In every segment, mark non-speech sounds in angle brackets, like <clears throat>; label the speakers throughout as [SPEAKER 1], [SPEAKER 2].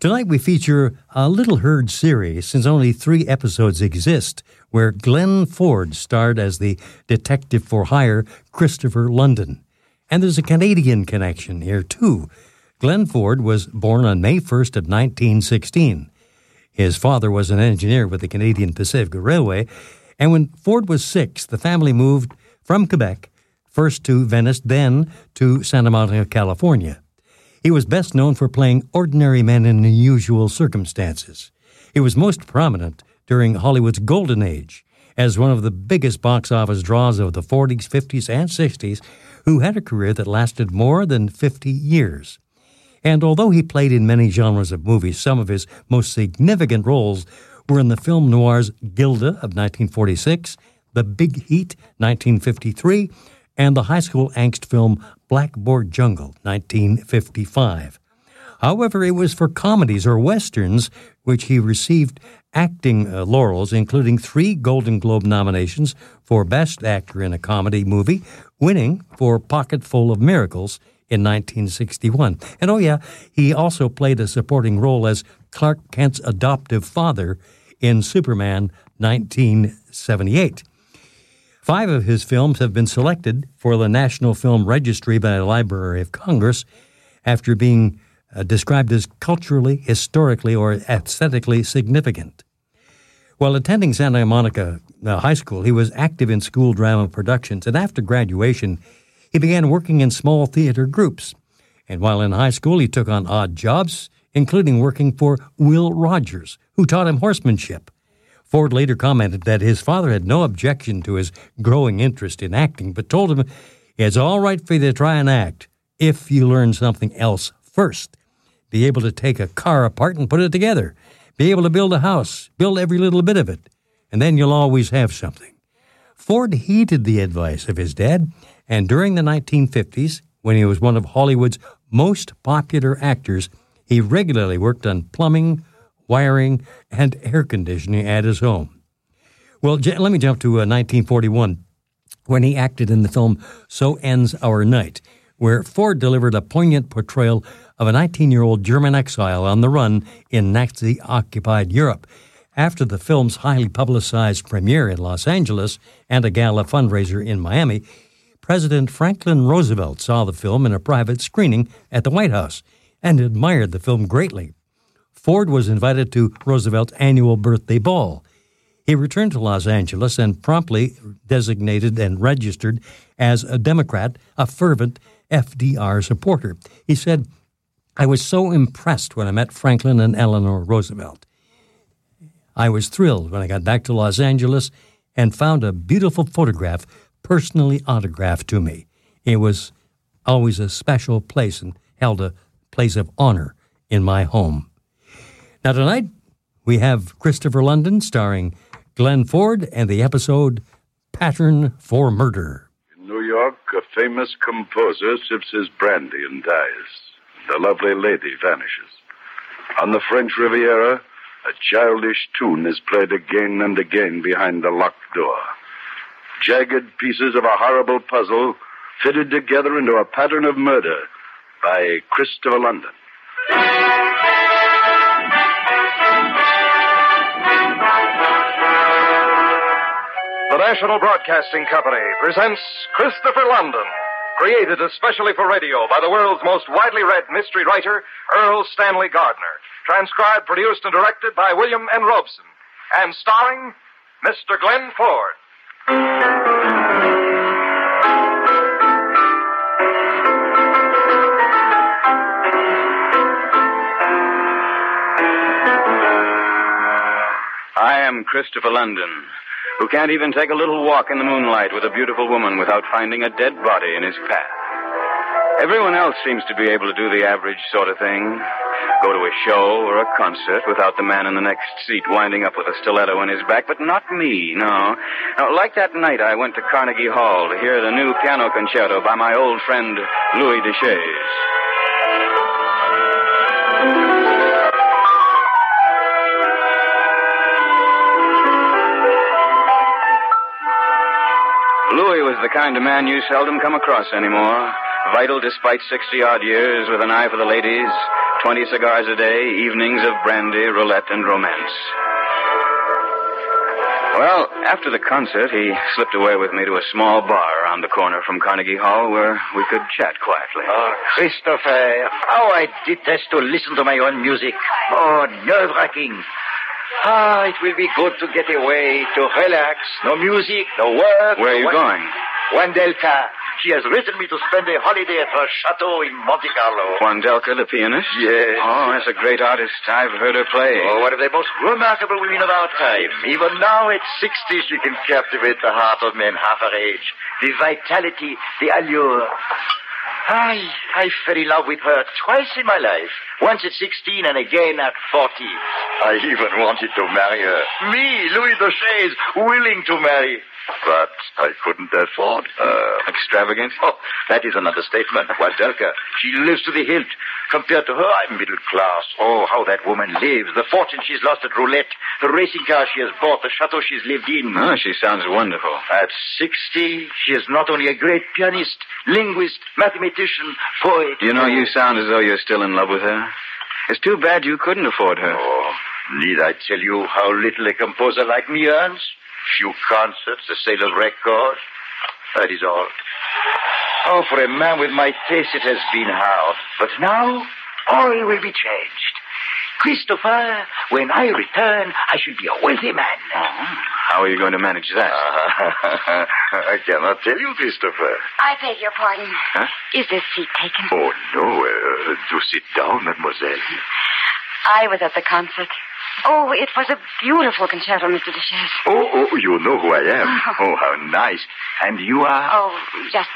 [SPEAKER 1] Tonight we feature a Little Herd series, since only three episodes exist, where Glenn Ford starred as the detective for hire, Christopher London. And there's a Canadian connection here, too. Glenn Ford was born on May 1st of 1916. His father was an engineer with the Canadian Pacific Railway, and when Ford was six, the family moved from Quebec, first to Venice, then to Santa Monica, California. He was best known for playing ordinary men in unusual circumstances. He was most prominent during Hollywood's golden age as one of the biggest box office draws of the 40s, 50s, and 60s, who had a career that lasted more than 50 years. And although he played in many genres of movies, some of his most significant roles were in the film noirs Gilda of 1946, The Big Heat 1953, and the high school angst film Blackboard Jungle 1955. However, it was for comedies or westerns which he received acting uh, laurels, including three Golden Globe nominations for Best Actor in a Comedy Movie, winning for Pocketful of Miracles in 1961. And oh, yeah, he also played a supporting role as Clark Kent's adoptive father in Superman 1978. Five of his films have been selected for the National Film Registry by the Library of Congress after being uh, described as culturally, historically, or aesthetically significant. While attending Santa Monica uh, High School, he was active in school drama productions, and after graduation, he began working in small theater groups. And while in high school, he took on odd jobs, including working for Will Rogers, who taught him horsemanship. Ford later commented that his father had no objection to his growing interest in acting, but told him it's all right for you to try and act if you learn something else first. Be able to take a car apart and put it together. Be able to build a house, build every little bit of it, and then you'll always have something. Ford heeded the advice of his dad, and during the 1950s, when he was one of Hollywood's most popular actors, he regularly worked on plumbing, wiring, and air conditioning at his home. Well, j- let me jump to uh, 1941 when he acted in the film So Ends Our Night, where Ford delivered a poignant portrayal of a 19 year old German exile on the run in Nazi occupied Europe. After the film's highly publicized premiere in Los Angeles and a gala fundraiser in Miami, President Franklin Roosevelt saw the film in a private screening at the White House and admired the film greatly. Ford was invited to Roosevelt's annual birthday ball. He returned to Los Angeles and promptly designated and registered as a Democrat, a fervent FDR supporter. He said, I was so impressed when I met Franklin and Eleanor Roosevelt. I was thrilled when I got back to Los Angeles and found a beautiful photograph personally autographed to me. It was always a special place and held a place of honor in my home. Now, tonight, we have Christopher London starring Glenn Ford and the episode Pattern for Murder.
[SPEAKER 2] In New York, a famous composer sips his brandy and dies. The lovely lady vanishes. On the French Riviera, a childish tune is played again and again behind the locked door. Jagged pieces of a horrible puzzle fitted together into a pattern of murder by Christopher London.
[SPEAKER 3] The National Broadcasting Company presents Christopher London, created especially for radio by the world's most widely read mystery writer, Earl Stanley Gardner. Transcribed, produced, and directed by William N. Robeson. And starring Mr. Glenn Ford.
[SPEAKER 4] am Christopher London, who can't even take a little walk in the moonlight with a beautiful woman without finding a dead body in his path. Everyone else seems to be able to do the average sort of thing go to a show or a concert without the man in the next seat winding up with a stiletto in his back, but not me, no. Now, like that night I went to Carnegie Hall to hear the new piano concerto by my old friend Louis Deschaise. Louis was the kind of man you seldom come across anymore. Vital despite 60 odd years, with an eye for the ladies, 20 cigars a day, evenings of brandy, roulette, and romance. Well, after the concert, he slipped away with me to a small bar around the corner from Carnegie Hall where we could chat quietly.
[SPEAKER 5] Oh, Christopher, how I detest to listen to my own music. Oh, nerve wracking. Ah, it will be good to get away, to relax. No music, no work.
[SPEAKER 4] Where are you
[SPEAKER 5] Wan-
[SPEAKER 4] going?
[SPEAKER 5] Wandelka. She has written me to spend a holiday at her chateau in Monte Carlo.
[SPEAKER 4] Juan Delca, the pianist?
[SPEAKER 5] Yes.
[SPEAKER 4] Oh, that's a great artist. I've heard her play.
[SPEAKER 5] Oh, one of the most remarkable women of our time. Even now at 60, she can captivate the heart of men half her age. The vitality, the allure. I, I fell in love with her twice in my life. Once at 16 and again at 40. I even wanted to marry her. Me, Louis Duchesne, willing to marry. But I couldn't afford her.
[SPEAKER 4] Extravagant?
[SPEAKER 5] Oh, that is an understatement. Wadelka, she lives to the hilt. Compared to her, I'm middle class. Oh, how that woman lives. The fortune she's lost at roulette, the racing car she has bought, the chateau she's lived in.
[SPEAKER 4] Oh, she sounds wonderful.
[SPEAKER 5] At 60, she is not only a great pianist, linguist, mathematician, poet.
[SPEAKER 4] You know, you sound as though you're still in love with her. It's too bad you couldn't afford her.
[SPEAKER 5] Oh, need I tell you how little a composer like me earns? Few concerts, the sale of records. That is all. Oh, for a man with my taste, it has been hard. But now, all will be changed. Christopher, when I return, I should be a wealthy man.
[SPEAKER 4] How are you going to manage that? Uh-huh.
[SPEAKER 5] I cannot tell you, Christopher.
[SPEAKER 6] I beg your pardon. Is this seat taken?
[SPEAKER 5] Oh, no. Uh, do sit down, mademoiselle.
[SPEAKER 6] I was at the concert. Oh, it was a beautiful concerto, Mr. Duchesne.
[SPEAKER 5] Oh, oh, you know who I am. Oh, how nice. And you are?
[SPEAKER 6] Oh, just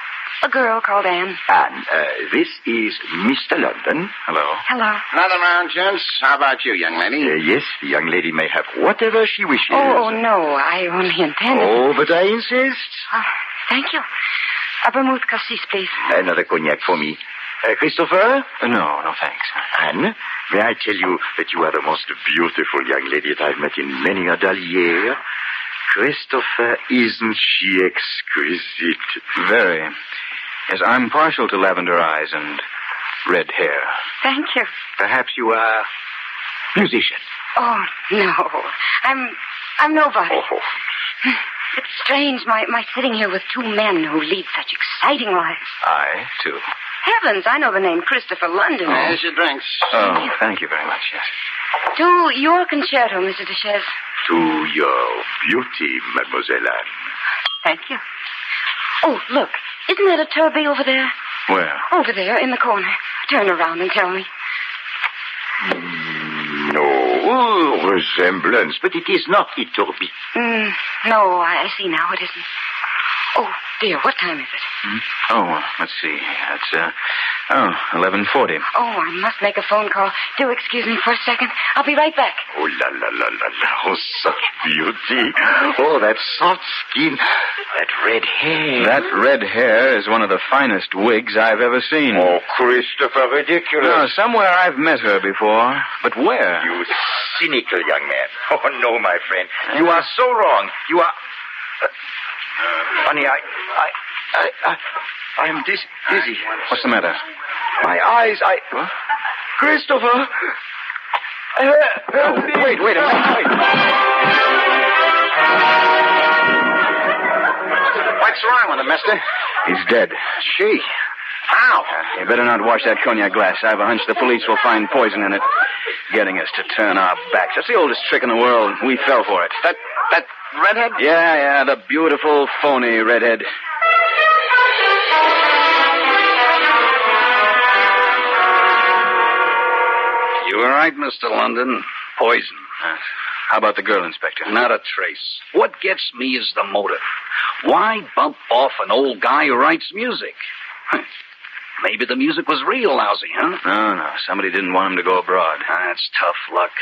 [SPEAKER 6] a girl called Anne.
[SPEAKER 5] And uh, this is Mr. London. Hello.
[SPEAKER 6] Hello.
[SPEAKER 7] Nothing around, gents. How about you, young lady?
[SPEAKER 5] Uh, yes, the young lady may have whatever she wishes.
[SPEAKER 6] Oh, no, I only intended.
[SPEAKER 5] Oh, but I insist.
[SPEAKER 6] Oh, thank you. A vermouth cassis, please.
[SPEAKER 5] Another cognac for me. Uh, Christopher?
[SPEAKER 4] No, no, thanks.
[SPEAKER 5] Anne, may I tell you that you are the most beautiful young lady that I've met in many a dahlia? Christopher, isn't she
[SPEAKER 4] <laughs>
[SPEAKER 5] exquisite?
[SPEAKER 4] Very. Yes, I'm partial to lavender eyes and red hair.
[SPEAKER 6] Thank you.
[SPEAKER 5] Perhaps you are musician.
[SPEAKER 6] Oh, no. I'm. I'm nobody.
[SPEAKER 5] Oh,
[SPEAKER 6] <laughs> It's strange, my, my sitting here with two men who lead such exciting lives.
[SPEAKER 4] I, too.
[SPEAKER 6] Heavens, I know the name Christopher London.
[SPEAKER 7] There's your drinks.
[SPEAKER 4] Oh, thank you very much, yes.
[SPEAKER 5] Oh.
[SPEAKER 6] To your concerto, Mr. Duchesne.
[SPEAKER 5] to your beauty, Mademoiselle Anne.
[SPEAKER 6] Thank you. Oh, look. Isn't that a turbie over there?
[SPEAKER 4] Where?
[SPEAKER 6] Over there in the corner. Turn around and tell me.
[SPEAKER 5] No resemblance, but it is not Iturbi.
[SPEAKER 6] Mm, no, I, I see now it isn't. Oh, dear, what time is it?
[SPEAKER 4] Oh, well, let's see. That's, uh, oh, 1140.
[SPEAKER 6] Oh, I must make a phone call. Do excuse me for a second. I'll be right back.
[SPEAKER 5] Oh, la, la, la, la, la. Oh, such beauty. Oh, that soft skin. That red hair.
[SPEAKER 4] That red hair is one of the finest wigs I've ever seen.
[SPEAKER 5] Oh, Christopher, ridiculous.
[SPEAKER 4] No, somewhere I've met her before, but where?
[SPEAKER 5] Uh, You cynical young man. <laughs> Oh, no, my friend. You are so wrong. You are. uh, Honey, I. I. I. I, I am dis- dizzy.
[SPEAKER 4] What's the matter?
[SPEAKER 5] My eyes, I. Christopher! wait, wait a minute. Wait.
[SPEAKER 7] What's wrong with him, mister?
[SPEAKER 4] He's dead. She?
[SPEAKER 7] How?
[SPEAKER 4] You better not wash that cognac glass. I have a hunch the police will find poison in it, getting us to turn our backs. That's the oldest trick in the world. We fell for it.
[SPEAKER 7] That, that redhead?
[SPEAKER 4] Yeah, yeah, the beautiful, phony redhead.
[SPEAKER 7] You were right, Mr. London. Poison.
[SPEAKER 4] Uh, How about the girl, Inspector?
[SPEAKER 8] Not a trace. What gets me is the motive. Why bump off an old guy who writes music? <laughs> Maybe the music was real lousy, huh?
[SPEAKER 4] No, no. Somebody didn't want him to go abroad.
[SPEAKER 8] That's tough luck.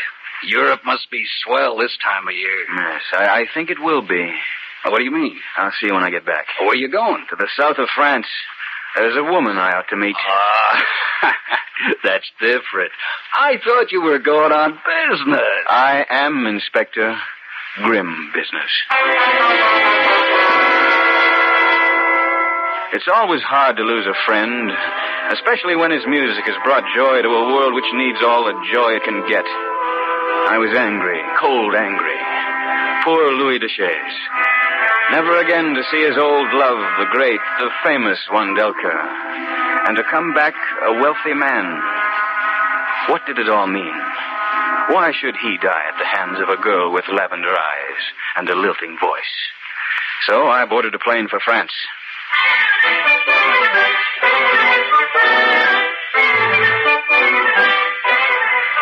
[SPEAKER 8] Europe must be swell this time of year. Uh,
[SPEAKER 4] Yes, I, I think it will be.
[SPEAKER 8] What do you mean?
[SPEAKER 4] I'll see you when I get back.
[SPEAKER 8] Where you going?
[SPEAKER 4] To the south of France. There's a woman I ought to meet.
[SPEAKER 8] Ah, <laughs> that's different. I thought you were going on business.
[SPEAKER 4] I am Inspector Grim Business. It's always hard to lose a friend, especially when his music has brought joy to a world which needs all the joy it can get. I was angry, cold angry. Poor Louis Duchesne. Never again to see his old love, the great, the famous Wandelka, and to come back a wealthy man. What did it all mean? Why should he die at the hands of a girl with lavender eyes and a lilting voice? So I boarded a plane for France.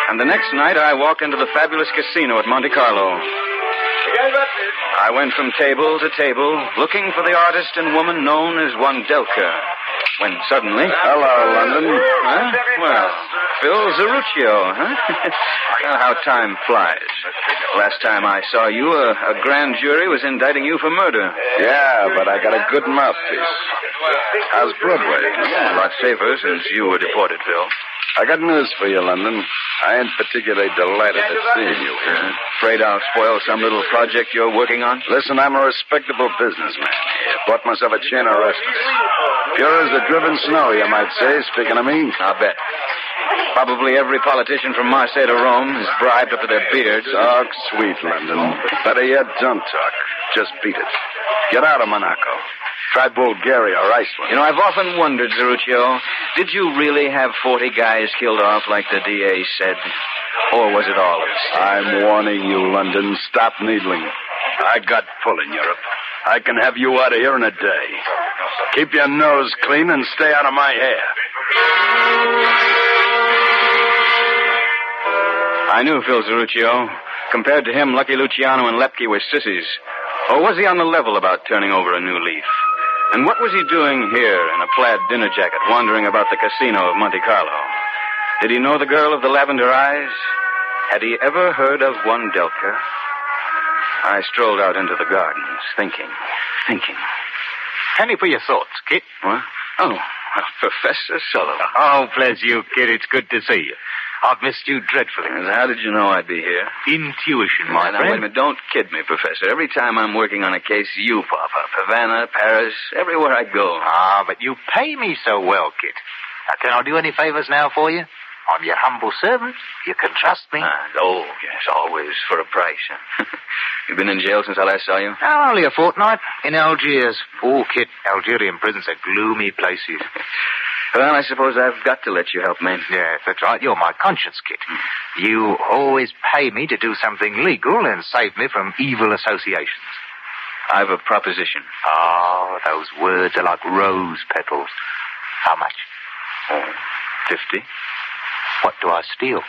[SPEAKER 4] And the next night, I walked into the fabulous casino at Monte Carlo. I went from table to table, looking for the artist and woman known as Wandelka. When suddenly.
[SPEAKER 2] Hello, London.
[SPEAKER 4] Huh? Well, Phil Zeruccio, huh? <laughs> well, how time flies. Last time I saw you, a, a grand jury was indicting you for murder.
[SPEAKER 2] Yeah, but I got a good mouthpiece. How's Broadway?
[SPEAKER 4] A lot safer since you were deported, Phil.
[SPEAKER 2] I got news for you, London. I ain't particularly delighted at seeing you here.
[SPEAKER 4] Afraid I'll spoil some little project you're working on?
[SPEAKER 2] Listen, I'm a respectable businessman here. Bought myself a chain of restaurants. Pure as the driven snow, you might say, speaking of me.
[SPEAKER 4] I'll bet. Probably every politician from Marseille to Rome is bribed up to their beards.
[SPEAKER 2] Talk sweet, London. Better yet, don't talk. Just beat it. Get out of Monaco. Try Bulgaria or Iceland.
[SPEAKER 4] You know, I've often wondered, Zeruccio, did you really have 40 guys killed off like the DA said? Or was it all a mistake?
[SPEAKER 2] I'm warning you, London. Stop needling. I got full in Europe. I can have you out of here in a day. Keep your nose clean and stay out of my hair.
[SPEAKER 4] I knew Phil Zeruccio. Compared to him, Lucky Luciano and Lepke were sissies. Or was he on the level about turning over a new leaf? And what was he doing here in a plaid dinner jacket, wandering about the casino of Monte Carlo? Did he know the girl of the lavender eyes? Had he ever heard of Wandelka? I strolled out into the gardens, thinking, thinking.
[SPEAKER 9] Penny for your thoughts, Kit.
[SPEAKER 4] What? Oh, well, Professor Sullivan.
[SPEAKER 9] Oh, bless you, Kit. It's good to see you. I've missed you dreadfully.
[SPEAKER 4] How did you know I'd be here?
[SPEAKER 9] Intuition, my
[SPEAKER 4] now,
[SPEAKER 9] friend.
[SPEAKER 4] Wait a minute. Don't kid me, Professor. Every time I'm working on a case, you pop up. Havana, Paris, everywhere I go.
[SPEAKER 9] Ah, but you pay me so well, Kit. Now, can I do any favors now for you? I'm your humble servant. You can trust me.
[SPEAKER 4] Ah, oh, yes, always for a price. huh? You've been in jail since I last saw you?
[SPEAKER 9] Oh, only a fortnight in Algiers. Oh, Kit, Algerian prisons are gloomy
[SPEAKER 4] <laughs>
[SPEAKER 9] places.
[SPEAKER 4] Well, I suppose I've got to let you help me.
[SPEAKER 9] yes, that's right. You're my conscience, Kit. You always pay me to do something legal and save me from evil associations.
[SPEAKER 4] I've a proposition.
[SPEAKER 9] Oh, those words are like rose petals. How much?
[SPEAKER 4] Oh, fifty.
[SPEAKER 9] What do I steal?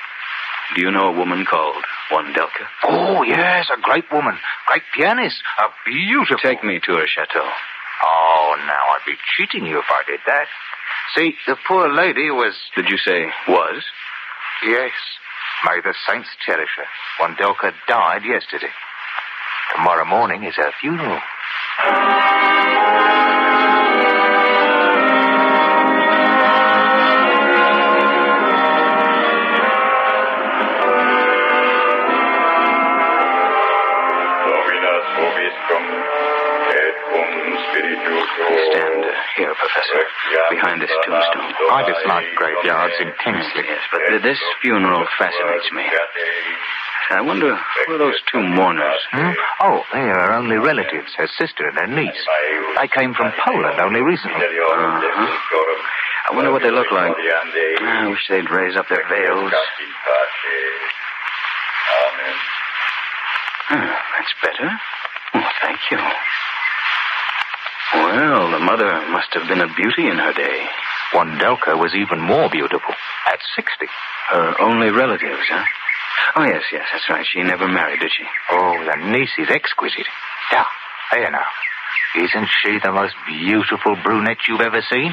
[SPEAKER 4] Do you know a woman called Wandelka?
[SPEAKER 9] Oh, yes, a great woman. Great pianist. A beautiful.
[SPEAKER 4] Take me to her chateau.
[SPEAKER 9] Oh, now I'd be cheating you if I did that. See, the poor lady was.
[SPEAKER 4] Did you say was?
[SPEAKER 9] Yes. May the saints cherish her. Wandelka died yesterday. Tomorrow morning is her funeral.
[SPEAKER 5] Dominus vobiscum, et cum spiritu tuo.
[SPEAKER 4] Stand uh, here, Professor, behind this tombstone.
[SPEAKER 9] I dislike graveyards intensely.
[SPEAKER 4] Yes, but th- this funeral fascinates me. I wonder who are those two mourners?
[SPEAKER 9] Hmm? Oh, they are only relatives, her sister and her niece. They came from Poland only recently.
[SPEAKER 4] Uh-huh. I wonder what they look like. I wish they'd raise up their veils.
[SPEAKER 5] Amen.
[SPEAKER 4] Huh, Ah, that's better. Oh, thank you. Well, the mother must have been a beauty in her day.
[SPEAKER 9] Wandelka was even more beautiful at 60.
[SPEAKER 4] Her only relatives, huh? Oh, yes, yes, that's right. She never married, did she?
[SPEAKER 10] Oh, the niece is exquisite. Yeah, here now. Isn't she the most beautiful brunette you've ever seen?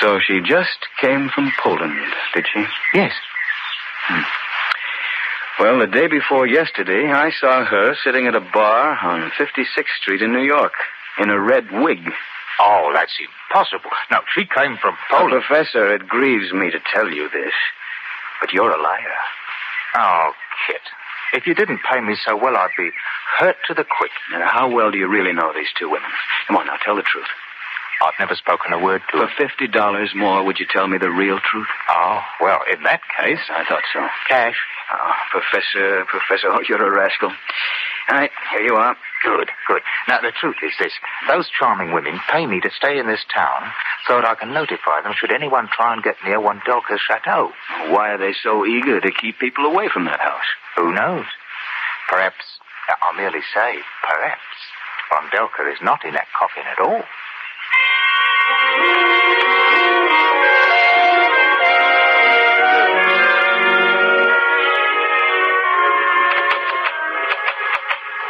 [SPEAKER 4] So she just came from Poland, did she?
[SPEAKER 10] Yes.
[SPEAKER 4] Hmm. Well, the day before yesterday, I saw her sitting at a bar on 56th Street in New York in a red wig.
[SPEAKER 10] Oh, that's impossible. No, she came from
[SPEAKER 4] Poland. professor, it grieves me to tell you this, but you're a liar.
[SPEAKER 10] Oh, Kit. If you didn't pay me so well, I'd be hurt to the quick.
[SPEAKER 4] Now, how well do you really know these two women? Come on, now, tell the truth.
[SPEAKER 10] I've never spoken a word to
[SPEAKER 4] For
[SPEAKER 10] her.
[SPEAKER 4] $50 more, would you tell me the real truth?
[SPEAKER 10] Oh, well, in that case,
[SPEAKER 4] Yes, I thought so.
[SPEAKER 10] cash.
[SPEAKER 4] Oh, Professor, Professor, <laughs> oh, you're a rascal. All right, here you are.
[SPEAKER 10] Good, good. Now, the truth is this. Those charming women pay me to stay in this town so that I can notify them should anyone try and get near Wendolka's chateau.
[SPEAKER 4] Why are they so eager to keep people away from that house?
[SPEAKER 10] Who knows? Perhaps, I'll merely say, perhaps, Wendolka is not in that coffin at all.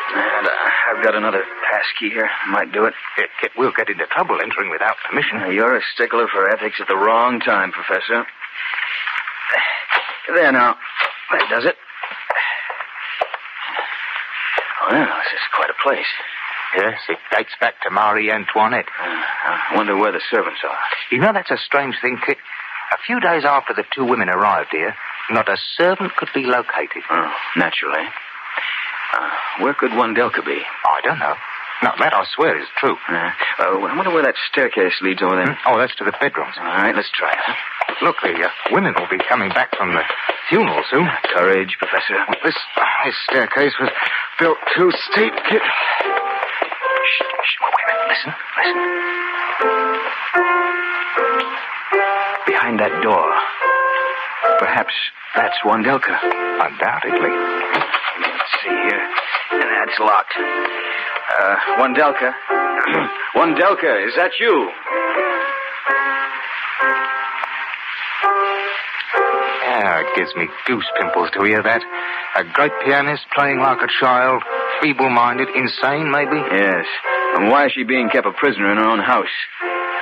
[SPEAKER 4] And uh, I've got another passkey here. Might do it.
[SPEAKER 10] Here, Kit, we'll get into trouble entering without permission.
[SPEAKER 4] Now, You're a stickler for ethics at the wrong time, Professor. <sighs> There now. That does it. Oh, yeah, this is quite a place.
[SPEAKER 10] Yes, it dates back to Marie Antoinette.
[SPEAKER 4] Uh, I wonder where the servants are.
[SPEAKER 10] You know, that's a strange thing, Kit. A few days after the two women arrived here, not a servant could be located.
[SPEAKER 4] Oh, naturally. Uh, where could Wandelka be?
[SPEAKER 10] I don't know. No, that I swear is true.
[SPEAKER 4] Uh, oh, I wonder where that staircase leads over there.
[SPEAKER 10] Oh, that's to the bedrooms.
[SPEAKER 4] All right, let's try it.
[SPEAKER 10] Look, the uh, women will be coming back from the funeral soon.
[SPEAKER 4] Courage, Professor.
[SPEAKER 10] Well, this, uh, this staircase was built too steep, Kit. Shh, shh, well, wait a minute. Listen, listen.
[SPEAKER 4] Behind that door. Perhaps that's Wandelka.
[SPEAKER 10] Undoubtedly.
[SPEAKER 4] Let's see here. And that's locked. Uh,
[SPEAKER 10] <clears throat>
[SPEAKER 4] Wandelka. Wandelka, is that you?
[SPEAKER 10] Yeah, it gives me goose pimples to hear that. A great pianist playing like a child, feeble-minded, insane, maybe.
[SPEAKER 4] Yes. And why is she being kept a prisoner in her own house?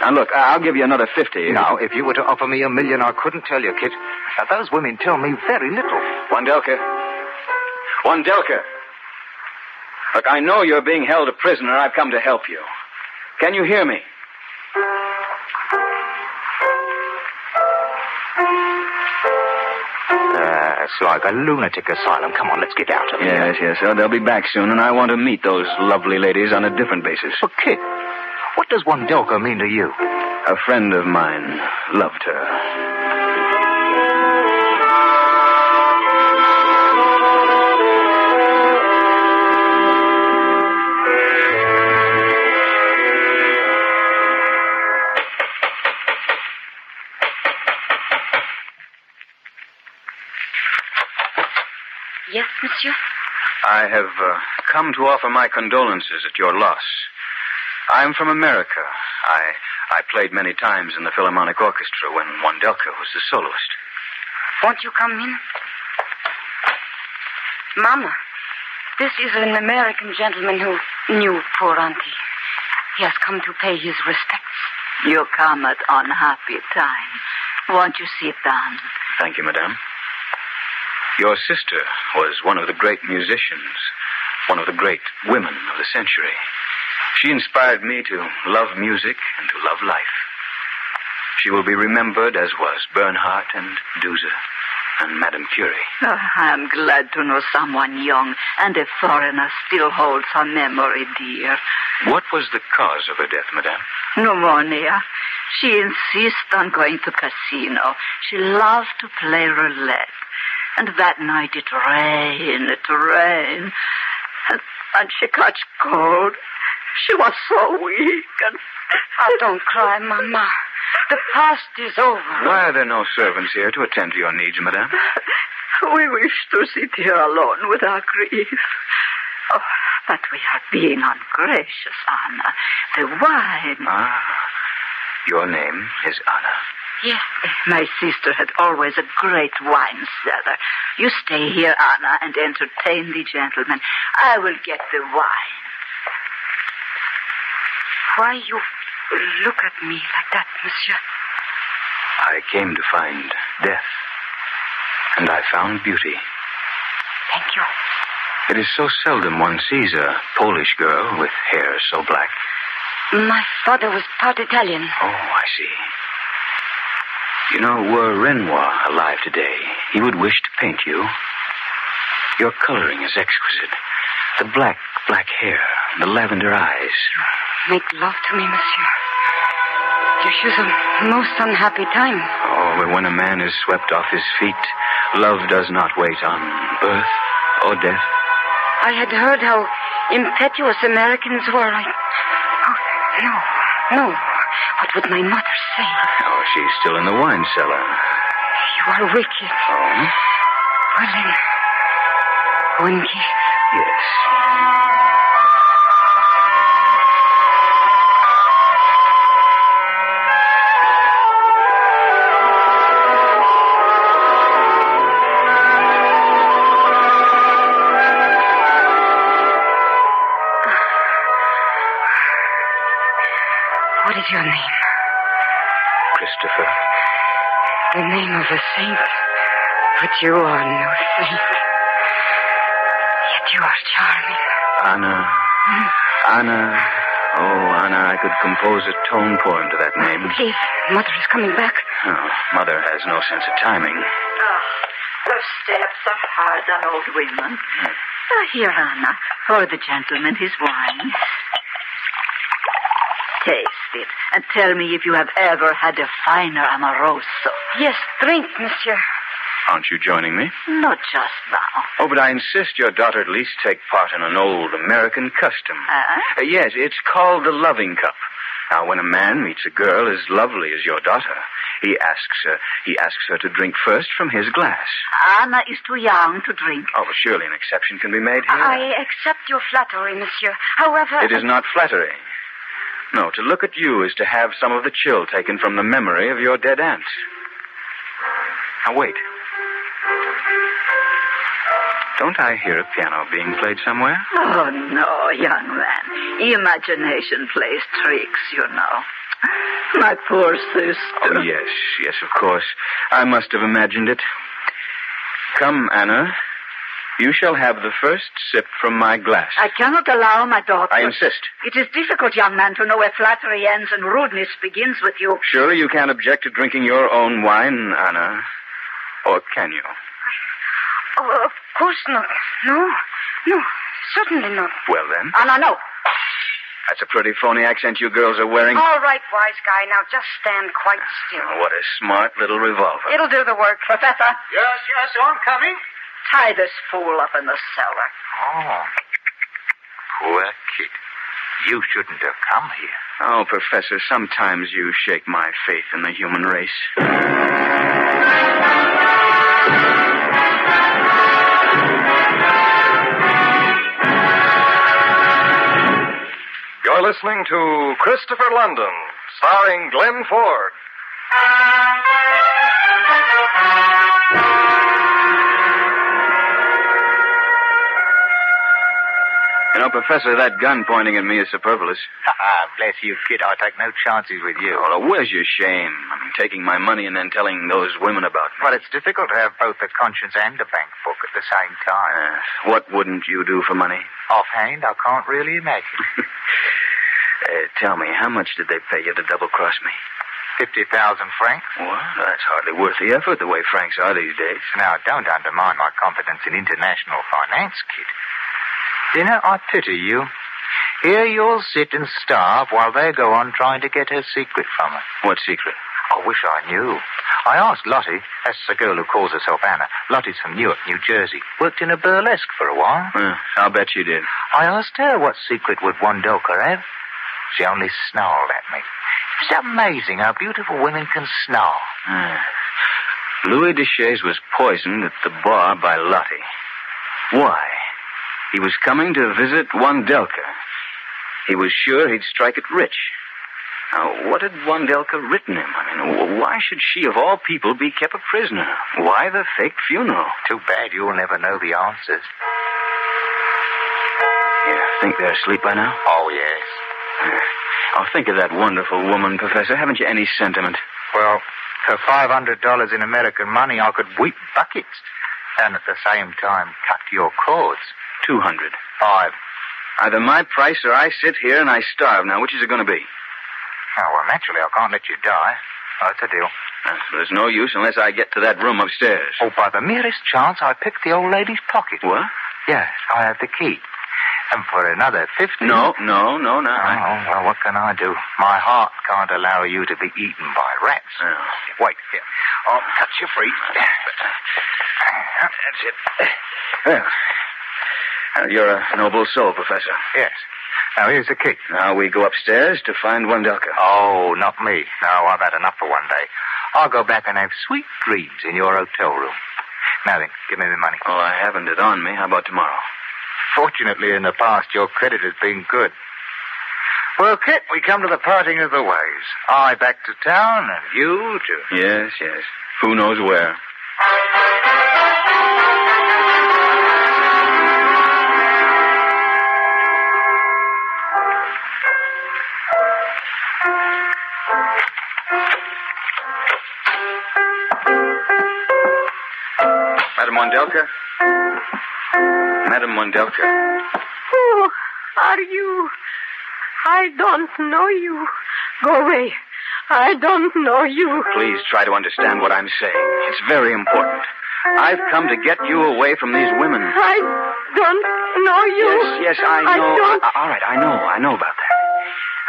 [SPEAKER 4] Now, look, I- I'll give you another 50.
[SPEAKER 10] Now, if you were to offer me a million, I couldn't tell you, Kit. Now, those women tell me very little.
[SPEAKER 4] Wandelka. Wandelka. Look, I know you're being held a prisoner. I've come to help you. Can you hear me?
[SPEAKER 10] Uh, it's like a lunatic asylum. Come on, let's get out of here.
[SPEAKER 4] Yes, yes. Oh, they'll be back soon, and I want to meet those lovely ladies on a different basis.
[SPEAKER 10] But, Kit, what does Wandelka mean to you?
[SPEAKER 4] A friend of mine loved her.
[SPEAKER 6] Yes, monsieur?
[SPEAKER 4] I have uh, come to offer my condolences at your loss. I'm from America. I I played many times in the Philharmonic Orchestra when Wandelka was the soloist.
[SPEAKER 6] Won't you come in? Mama, this is an American gentleman who knew poor Auntie. He has come to pay his respects.
[SPEAKER 11] You come at unhappy time. Won't you sit down?
[SPEAKER 4] Thank you, madame. Your sister was one of the great musicians, one of the great women of the century. She inspired me to love music and to love life. She will be remembered as was Bernhardt and Duser and Madame Curie.
[SPEAKER 11] Oh, I'm glad to know someone young and a foreigner still holds her memory dear.
[SPEAKER 4] What was the cause of her death, madame?
[SPEAKER 11] Pneumonia. She insists on going to casino. She loves to play roulette. And that night it rained, it rained. And, and she caught cold. She was so weak and...
[SPEAKER 6] Oh, don't cry, Mama. The past is over.
[SPEAKER 4] Why are there no servants here to attend to your needs, madame?
[SPEAKER 11] We wish to sit here alone with our grief. Oh, but we are being ungracious, Anna. The wine.
[SPEAKER 4] Ah, your name is Anna.
[SPEAKER 11] Yes. My sister had always a great wine cellar. You stay here, Anna, and entertain the gentlemen. I will get the wine.
[SPEAKER 6] Why you look at me like that, monsieur?
[SPEAKER 4] I came to find death, and I found beauty.
[SPEAKER 6] Thank you.
[SPEAKER 4] It is so seldom one sees a Polish girl with hair so black.
[SPEAKER 6] My father was part Italian.
[SPEAKER 4] Oh, I see. You know, were Renoir alive today, he would wish to paint you. Your coloring is exquisite. The black, black hair, the lavender eyes.
[SPEAKER 6] Make love to me, monsieur. You choose a most unhappy time.
[SPEAKER 4] Oh, but when a man is swept off his feet, love does not wait on birth or death.
[SPEAKER 6] I had heard how impetuous Americans were. I... Oh, no, no. What would my mother say?
[SPEAKER 4] Oh, she's still in the wine cellar.
[SPEAKER 6] You are wicked.
[SPEAKER 4] Oh?
[SPEAKER 6] Well, then, one kiss.
[SPEAKER 4] Yes.
[SPEAKER 6] What is your name?
[SPEAKER 4] Christopher.
[SPEAKER 6] The name of a saint. But you are no saint. Yet you are charming.
[SPEAKER 4] Anna. Anna. Oh, Anna, I could compose a tone poem to that name.
[SPEAKER 6] Please, mother is coming back.
[SPEAKER 4] Oh, Mother has no sense of timing.
[SPEAKER 11] Those steps are hard on old women. Ah, here, Anna, for the gentleman his wine. Taste it, and tell me if you have ever had a finer amoroso.
[SPEAKER 6] Yes, drink, monsieur.
[SPEAKER 4] Aren't you joining me?
[SPEAKER 11] Not just now.
[SPEAKER 4] Oh, but I insist your daughter at least take part in an old American custom. Uh, yes, it's called the loving cup. Now, when a man meets a girl as lovely as your daughter, he asks her, he asks her to drink first from his glass.
[SPEAKER 11] Anna is too young to drink.
[SPEAKER 4] Oh, but surely an exception can be made here.
[SPEAKER 6] I accept your flattery, monsieur. However.
[SPEAKER 4] It is not flattering. No, to look at you is to have some of the chill taken from the memory of your dead aunt. Now, wait. Don't I hear a piano being played somewhere?
[SPEAKER 11] Oh, no, young man. Imagination plays tricks, you know. My poor sister.
[SPEAKER 4] Oh, yes, yes, of course. I must have imagined it. Come, Anna. You shall have the first sip from my glass.
[SPEAKER 11] I cannot allow my daughter.
[SPEAKER 4] I insist.
[SPEAKER 11] It is difficult, young man, to know where flattery ends and rudeness begins with you.
[SPEAKER 4] Surely you can't object to drinking your own wine, Anna. Or can you?
[SPEAKER 6] Oh, of course not. No, no, certainly not.
[SPEAKER 4] Well, then.
[SPEAKER 6] Anna, no.
[SPEAKER 4] That's a pretty phony accent you girls are wearing.
[SPEAKER 10] Oh.
[SPEAKER 6] All right, wise guy. Now just stand quite
[SPEAKER 4] Oh,
[SPEAKER 6] still.
[SPEAKER 4] What a smart little revolver.
[SPEAKER 11] It'll do the work, Professor.
[SPEAKER 3] Yes, yes, I'm coming.
[SPEAKER 11] Tie this fool up in the cellar.
[SPEAKER 10] Oh. Poor kid. You shouldn't have come here.
[SPEAKER 4] Oh, Professor, sometimes you shake my faith in the human race.
[SPEAKER 3] You're listening to Christopher London, starring Glenn Ford.
[SPEAKER 4] You know, Professor, that gun pointing at me is
[SPEAKER 10] <laughs>
[SPEAKER 4] superfluous.
[SPEAKER 10] Ah, bless you, kid. I take no chances with you.
[SPEAKER 4] Oh, now, where's your shame? I mean, taking my money and then telling those women about me.
[SPEAKER 10] Well, it's difficult to have both a conscience and a bank book at the same time.
[SPEAKER 4] Uh, what wouldn't you do for money?
[SPEAKER 10] Offhand, I can't really imagine.
[SPEAKER 4] Uh, tell me, how much did they pay you to double cross me?
[SPEAKER 10] 50,000 francs?
[SPEAKER 4] Well, that's hardly worth the effort the way francs are these days.
[SPEAKER 10] Now, don't undermine my confidence in international finance, kid. You know, I pity you. Here you'll sit and starve while they go on trying to get her secret from her.
[SPEAKER 4] What secret?
[SPEAKER 10] I wish I knew. I asked Lottie, that's the girl who calls herself Anna. Lottie's from Newark, New Jersey. Worked in a burlesque for a while.
[SPEAKER 4] Uh, I'll bet you did.
[SPEAKER 10] I asked her what secret would Wondoka have. She only snarled at me. It's amazing how beautiful women can snarl.
[SPEAKER 4] Uh, Hmm. Louis Duchesne was poisoned at the bar by Lottie. Why? He was coming to visit Wandelka. He was sure he'd strike it rich. Now, what had Wandelka written him? I mean, w- why should she, of all people, be kept a prisoner? Why the fake funeral?
[SPEAKER 10] Too bad you'll never know the answers.
[SPEAKER 4] You think they're asleep by now?
[SPEAKER 10] Oh, yes.
[SPEAKER 4] I'll think of that wonderful woman, Professor. Haven't you any sentiment?
[SPEAKER 10] Well, for $500 in American money, I could weep buckets and at the same time cut your cords.
[SPEAKER 4] Two hundred.
[SPEAKER 10] Five.
[SPEAKER 4] Either my price or I sit here and I starve. Now, which is it going to be?
[SPEAKER 10] Oh, well, naturally, I can't let you die. That's a deal.
[SPEAKER 4] Uh, there's no use unless I get to that room upstairs.
[SPEAKER 10] Oh, by the merest chance, I picked the old lady's pocket.
[SPEAKER 4] What?
[SPEAKER 10] Yes, I have the key. And for another 50.
[SPEAKER 4] No, no, no, no.
[SPEAKER 10] Oh, well, what can I do? My heart can't allow you to be eaten by rats. Wait, here. I'll cut you free. That's it.
[SPEAKER 4] Well, uh, you're a noble soul, Professor.
[SPEAKER 10] Yes. Now, here's the key.
[SPEAKER 4] Now we go upstairs to find Wandelka.
[SPEAKER 10] Oh, not me. No, I've had enough for one day. I'll go back and have sweet dreams in your hotel room. Now then, give me the money.
[SPEAKER 4] Oh, I haven't it on me. How about tomorrow?
[SPEAKER 10] Fortunately, in the past, your credit has been good. Well, Kit, we come to the parting of the ways. I back to town, and you to.
[SPEAKER 4] Yes, yes. Who knows where? Madame Mondelka? Madame Mondelka.
[SPEAKER 12] Who are you? I don't know you. Go away. I don't know you.
[SPEAKER 4] Please try to understand what I'm saying. It's very important. I've come to get you away from these women.
[SPEAKER 12] I don't know you.
[SPEAKER 4] Yes, yes, I know.
[SPEAKER 12] don't.
[SPEAKER 4] I- I- all right, I know. I know about that.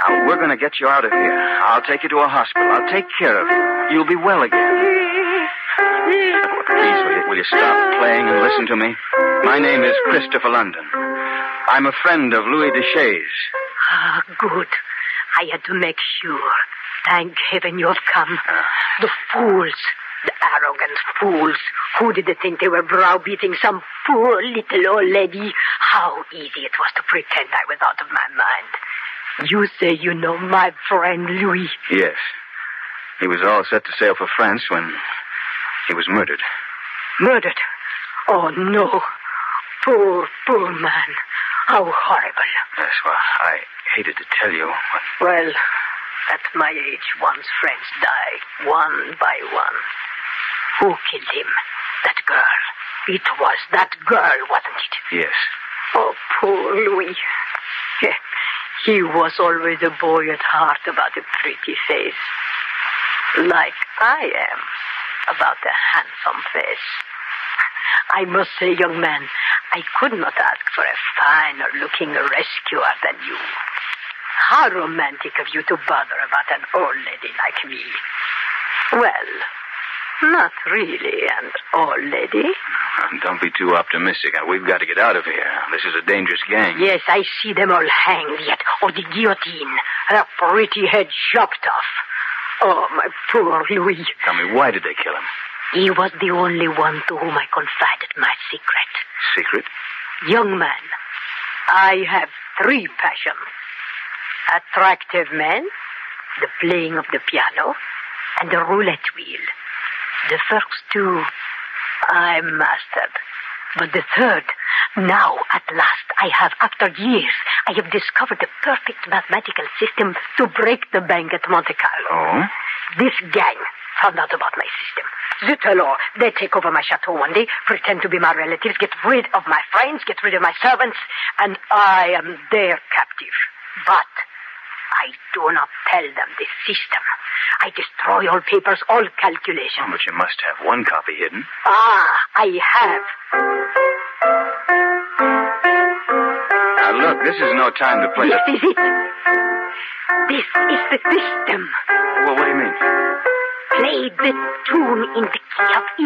[SPEAKER 4] Now, we're going to get you out of here. I'll take you to a hospital. I'll take care of you. You'll be well again. Please, will you, will you stop playing and listen to me? My name is Christopher London. I'm a friend of Louis Deshays.
[SPEAKER 12] Ah, good. I had to make sure. Thank heaven you have come. The fools. The arrogant fools. Who did they think they were browbeating some poor little old lady? How easy it was to pretend I was out of my mind. You say you know my friend Louis.
[SPEAKER 4] Yes. He was all set to sail for France when he was murdered.
[SPEAKER 12] Murdered. Oh, no. Poor, poor man. How horrible.
[SPEAKER 4] Yes, well, I hated to tell you.
[SPEAKER 12] Well, at my age, one's friends die one by one. Who killed him? That girl. It was that girl, wasn't it?
[SPEAKER 4] Yes. <laughs>
[SPEAKER 12] Oh, poor Louis. Yeah, He was always a boy at heart about a pretty face. Like I am about a handsome face. I must say, young man, I could not ask for a finer looking rescuer than you. How romantic of you to bother about an old lady like me. Well, not really an old lady.
[SPEAKER 4] Uh, Don't be too optimistic. Uh, We've got to get out of here. This is a dangerous gang.
[SPEAKER 12] Yes, I see them all hanged yet, or the guillotine, their pretty head chopped off. Oh, my poor Louis.
[SPEAKER 4] Tell me, why did they kill him?
[SPEAKER 12] He was the only one to whom I confided my secret.
[SPEAKER 4] Secret?
[SPEAKER 12] Young man, I have three passions attractive men, the playing of the piano, and the roulette wheel. The first two I mastered. But the third, now at last, I have, after years, I have discovered the perfect mathematical system to break the bank at Monte Carlo.
[SPEAKER 4] Oh?
[SPEAKER 12] This gang found out about my system. Zut alors, they take over my chateau one day, pretend to be my relatives, get rid of my friends, get rid of my servants, and I am their captive. But I do not tell them this system. I destroy all papers, all calculations.
[SPEAKER 4] Oh, But you must have one copy hidden.
[SPEAKER 12] Ah, I have.
[SPEAKER 4] Now, look, this is no time to play.
[SPEAKER 12] This is it. This is the system.
[SPEAKER 4] Well, what do you mean?
[SPEAKER 12] Play the tune in the key of E,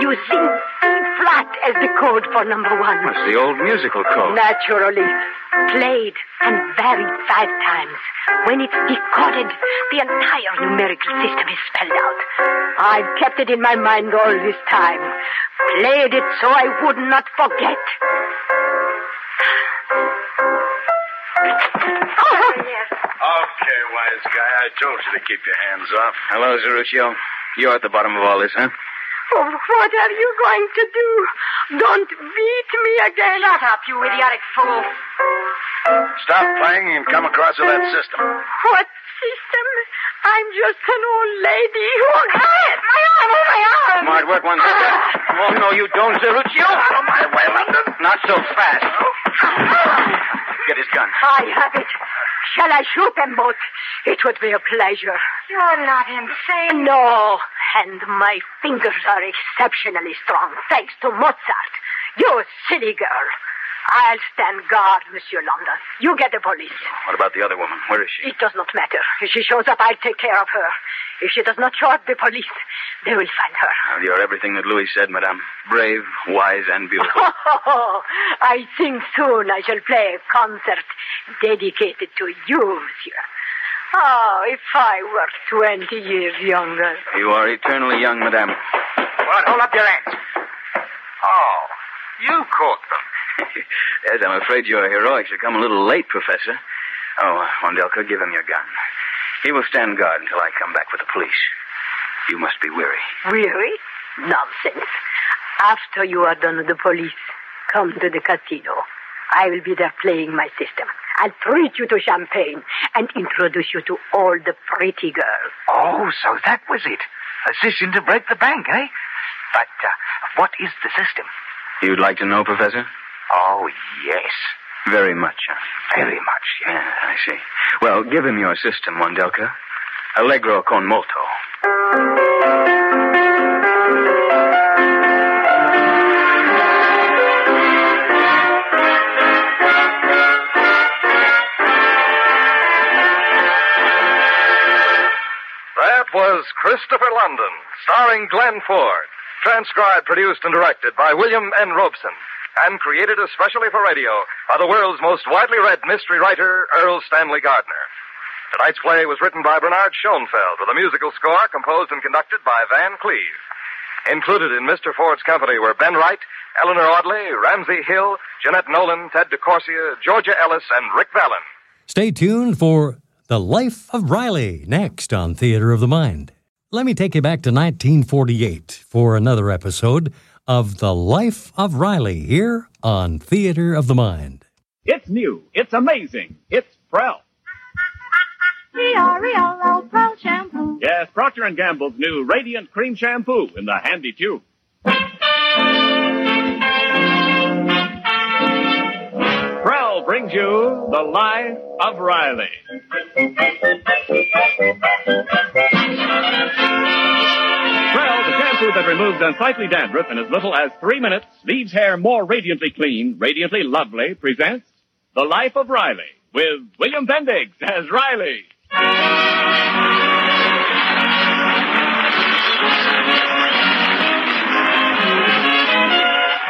[SPEAKER 12] using E flat as the chord for number one.
[SPEAKER 4] It's the old musical code.
[SPEAKER 12] Oh, Naturally. Played and varied five times. When it's decoded, the entire numerical system is spelled out. I've kept it in my mind all this time. Played it so I would not forget. Oh, yes.
[SPEAKER 2] Okay, wise guy. I told you to keep your hands off.
[SPEAKER 4] Hello, Zeruccio. You're at the bottom of all this, huh?
[SPEAKER 12] Oh, what are you going to do? Don't beat me again.
[SPEAKER 6] Shut up, you idiotic fool.
[SPEAKER 2] Stop playing and come across to that system.
[SPEAKER 12] What system? I'm just an old lady who. Hey, my arm, oh, my arm!
[SPEAKER 4] Smart work, one
[SPEAKER 12] <laughs>
[SPEAKER 4] second. Oh, no, you don't, Zeruccio. Out of my way, London. Not so
[SPEAKER 12] <laughs>
[SPEAKER 4] fast. Get his gun.
[SPEAKER 12] I have it. Shall I shoot them both? It would be a pleasure.
[SPEAKER 6] You're not insane.
[SPEAKER 12] No, and my fingers are exceptionally strong, thanks to Mozart. You silly girl. I'll stand guard, Monsieur London. You get the police.
[SPEAKER 4] What about the other woman? Where is she?
[SPEAKER 12] It does not matter. If she shows up, I'll take care of her. If she does not show up, the police, they will find her.
[SPEAKER 4] Well, You're everything that Louis said, madame. Brave, wise, and beautiful.
[SPEAKER 12] Oh, <laughs> I think soon I shall play a concert dedicated to you, Monsieur. Oh, if I were 20 years younger.
[SPEAKER 4] You are eternally young, madame.
[SPEAKER 5] Well, hold up your hands. Oh, you caught them.
[SPEAKER 4] <laughs> Yes, I'm afraid your heroics have come a little late, Professor. Oh, Wandelka, give him your gun. He will stand guard until I come back with the police. You must be weary.
[SPEAKER 12] Weary? Nonsense. After you are done with the police, come to the casino. I will be there playing my system. I'll treat you to champagne and introduce you to all the pretty girls.
[SPEAKER 10] Oh, so that was it. A system to break the bank, eh? But uh, what is the system?
[SPEAKER 4] You'd like to know, Professor?
[SPEAKER 10] Oh, yes.
[SPEAKER 4] Very much, huh?
[SPEAKER 10] Very much, yes.
[SPEAKER 4] Yeah, I see. Well, give him your system, Wandelka. Allegro con molto.
[SPEAKER 3] That was Christopher London, starring Glenn Ford. Transcribed, produced, and directed by William N. Robeson. And created especially for radio by the world's most widely read mystery writer, Earl Stanley Gardner. Tonight's play was written by Bernard Schoenfeld with a musical score composed and conducted by Van Cleve. Included in Mr. Ford's company were Ben Wright, Eleanor Audley, Ramsey Hill, Jeanette Nolan, Ted DeCorsia, Georgia Ellis, and Rick Vallon.
[SPEAKER 1] Stay tuned for The Life of Riley next on Theater of the Mind. Let me take you back to 1948 for another episode of The Life of Riley here on Theater of the Mind.
[SPEAKER 13] It's new. It's amazing. It's Prel.
[SPEAKER 14] Rio, Rio, Roll Pro Shampoo.
[SPEAKER 13] Yes, Procter & Gamble's new Radiant Cream Shampoo in the handy tube. Prel brings you The Life of Riley. Prel, the shampoo that removes unsightly dandruff in as little as three minutes, leaves hair more radiantly clean, radiantly lovely, presents The Life of Riley with William Bendix as Riley.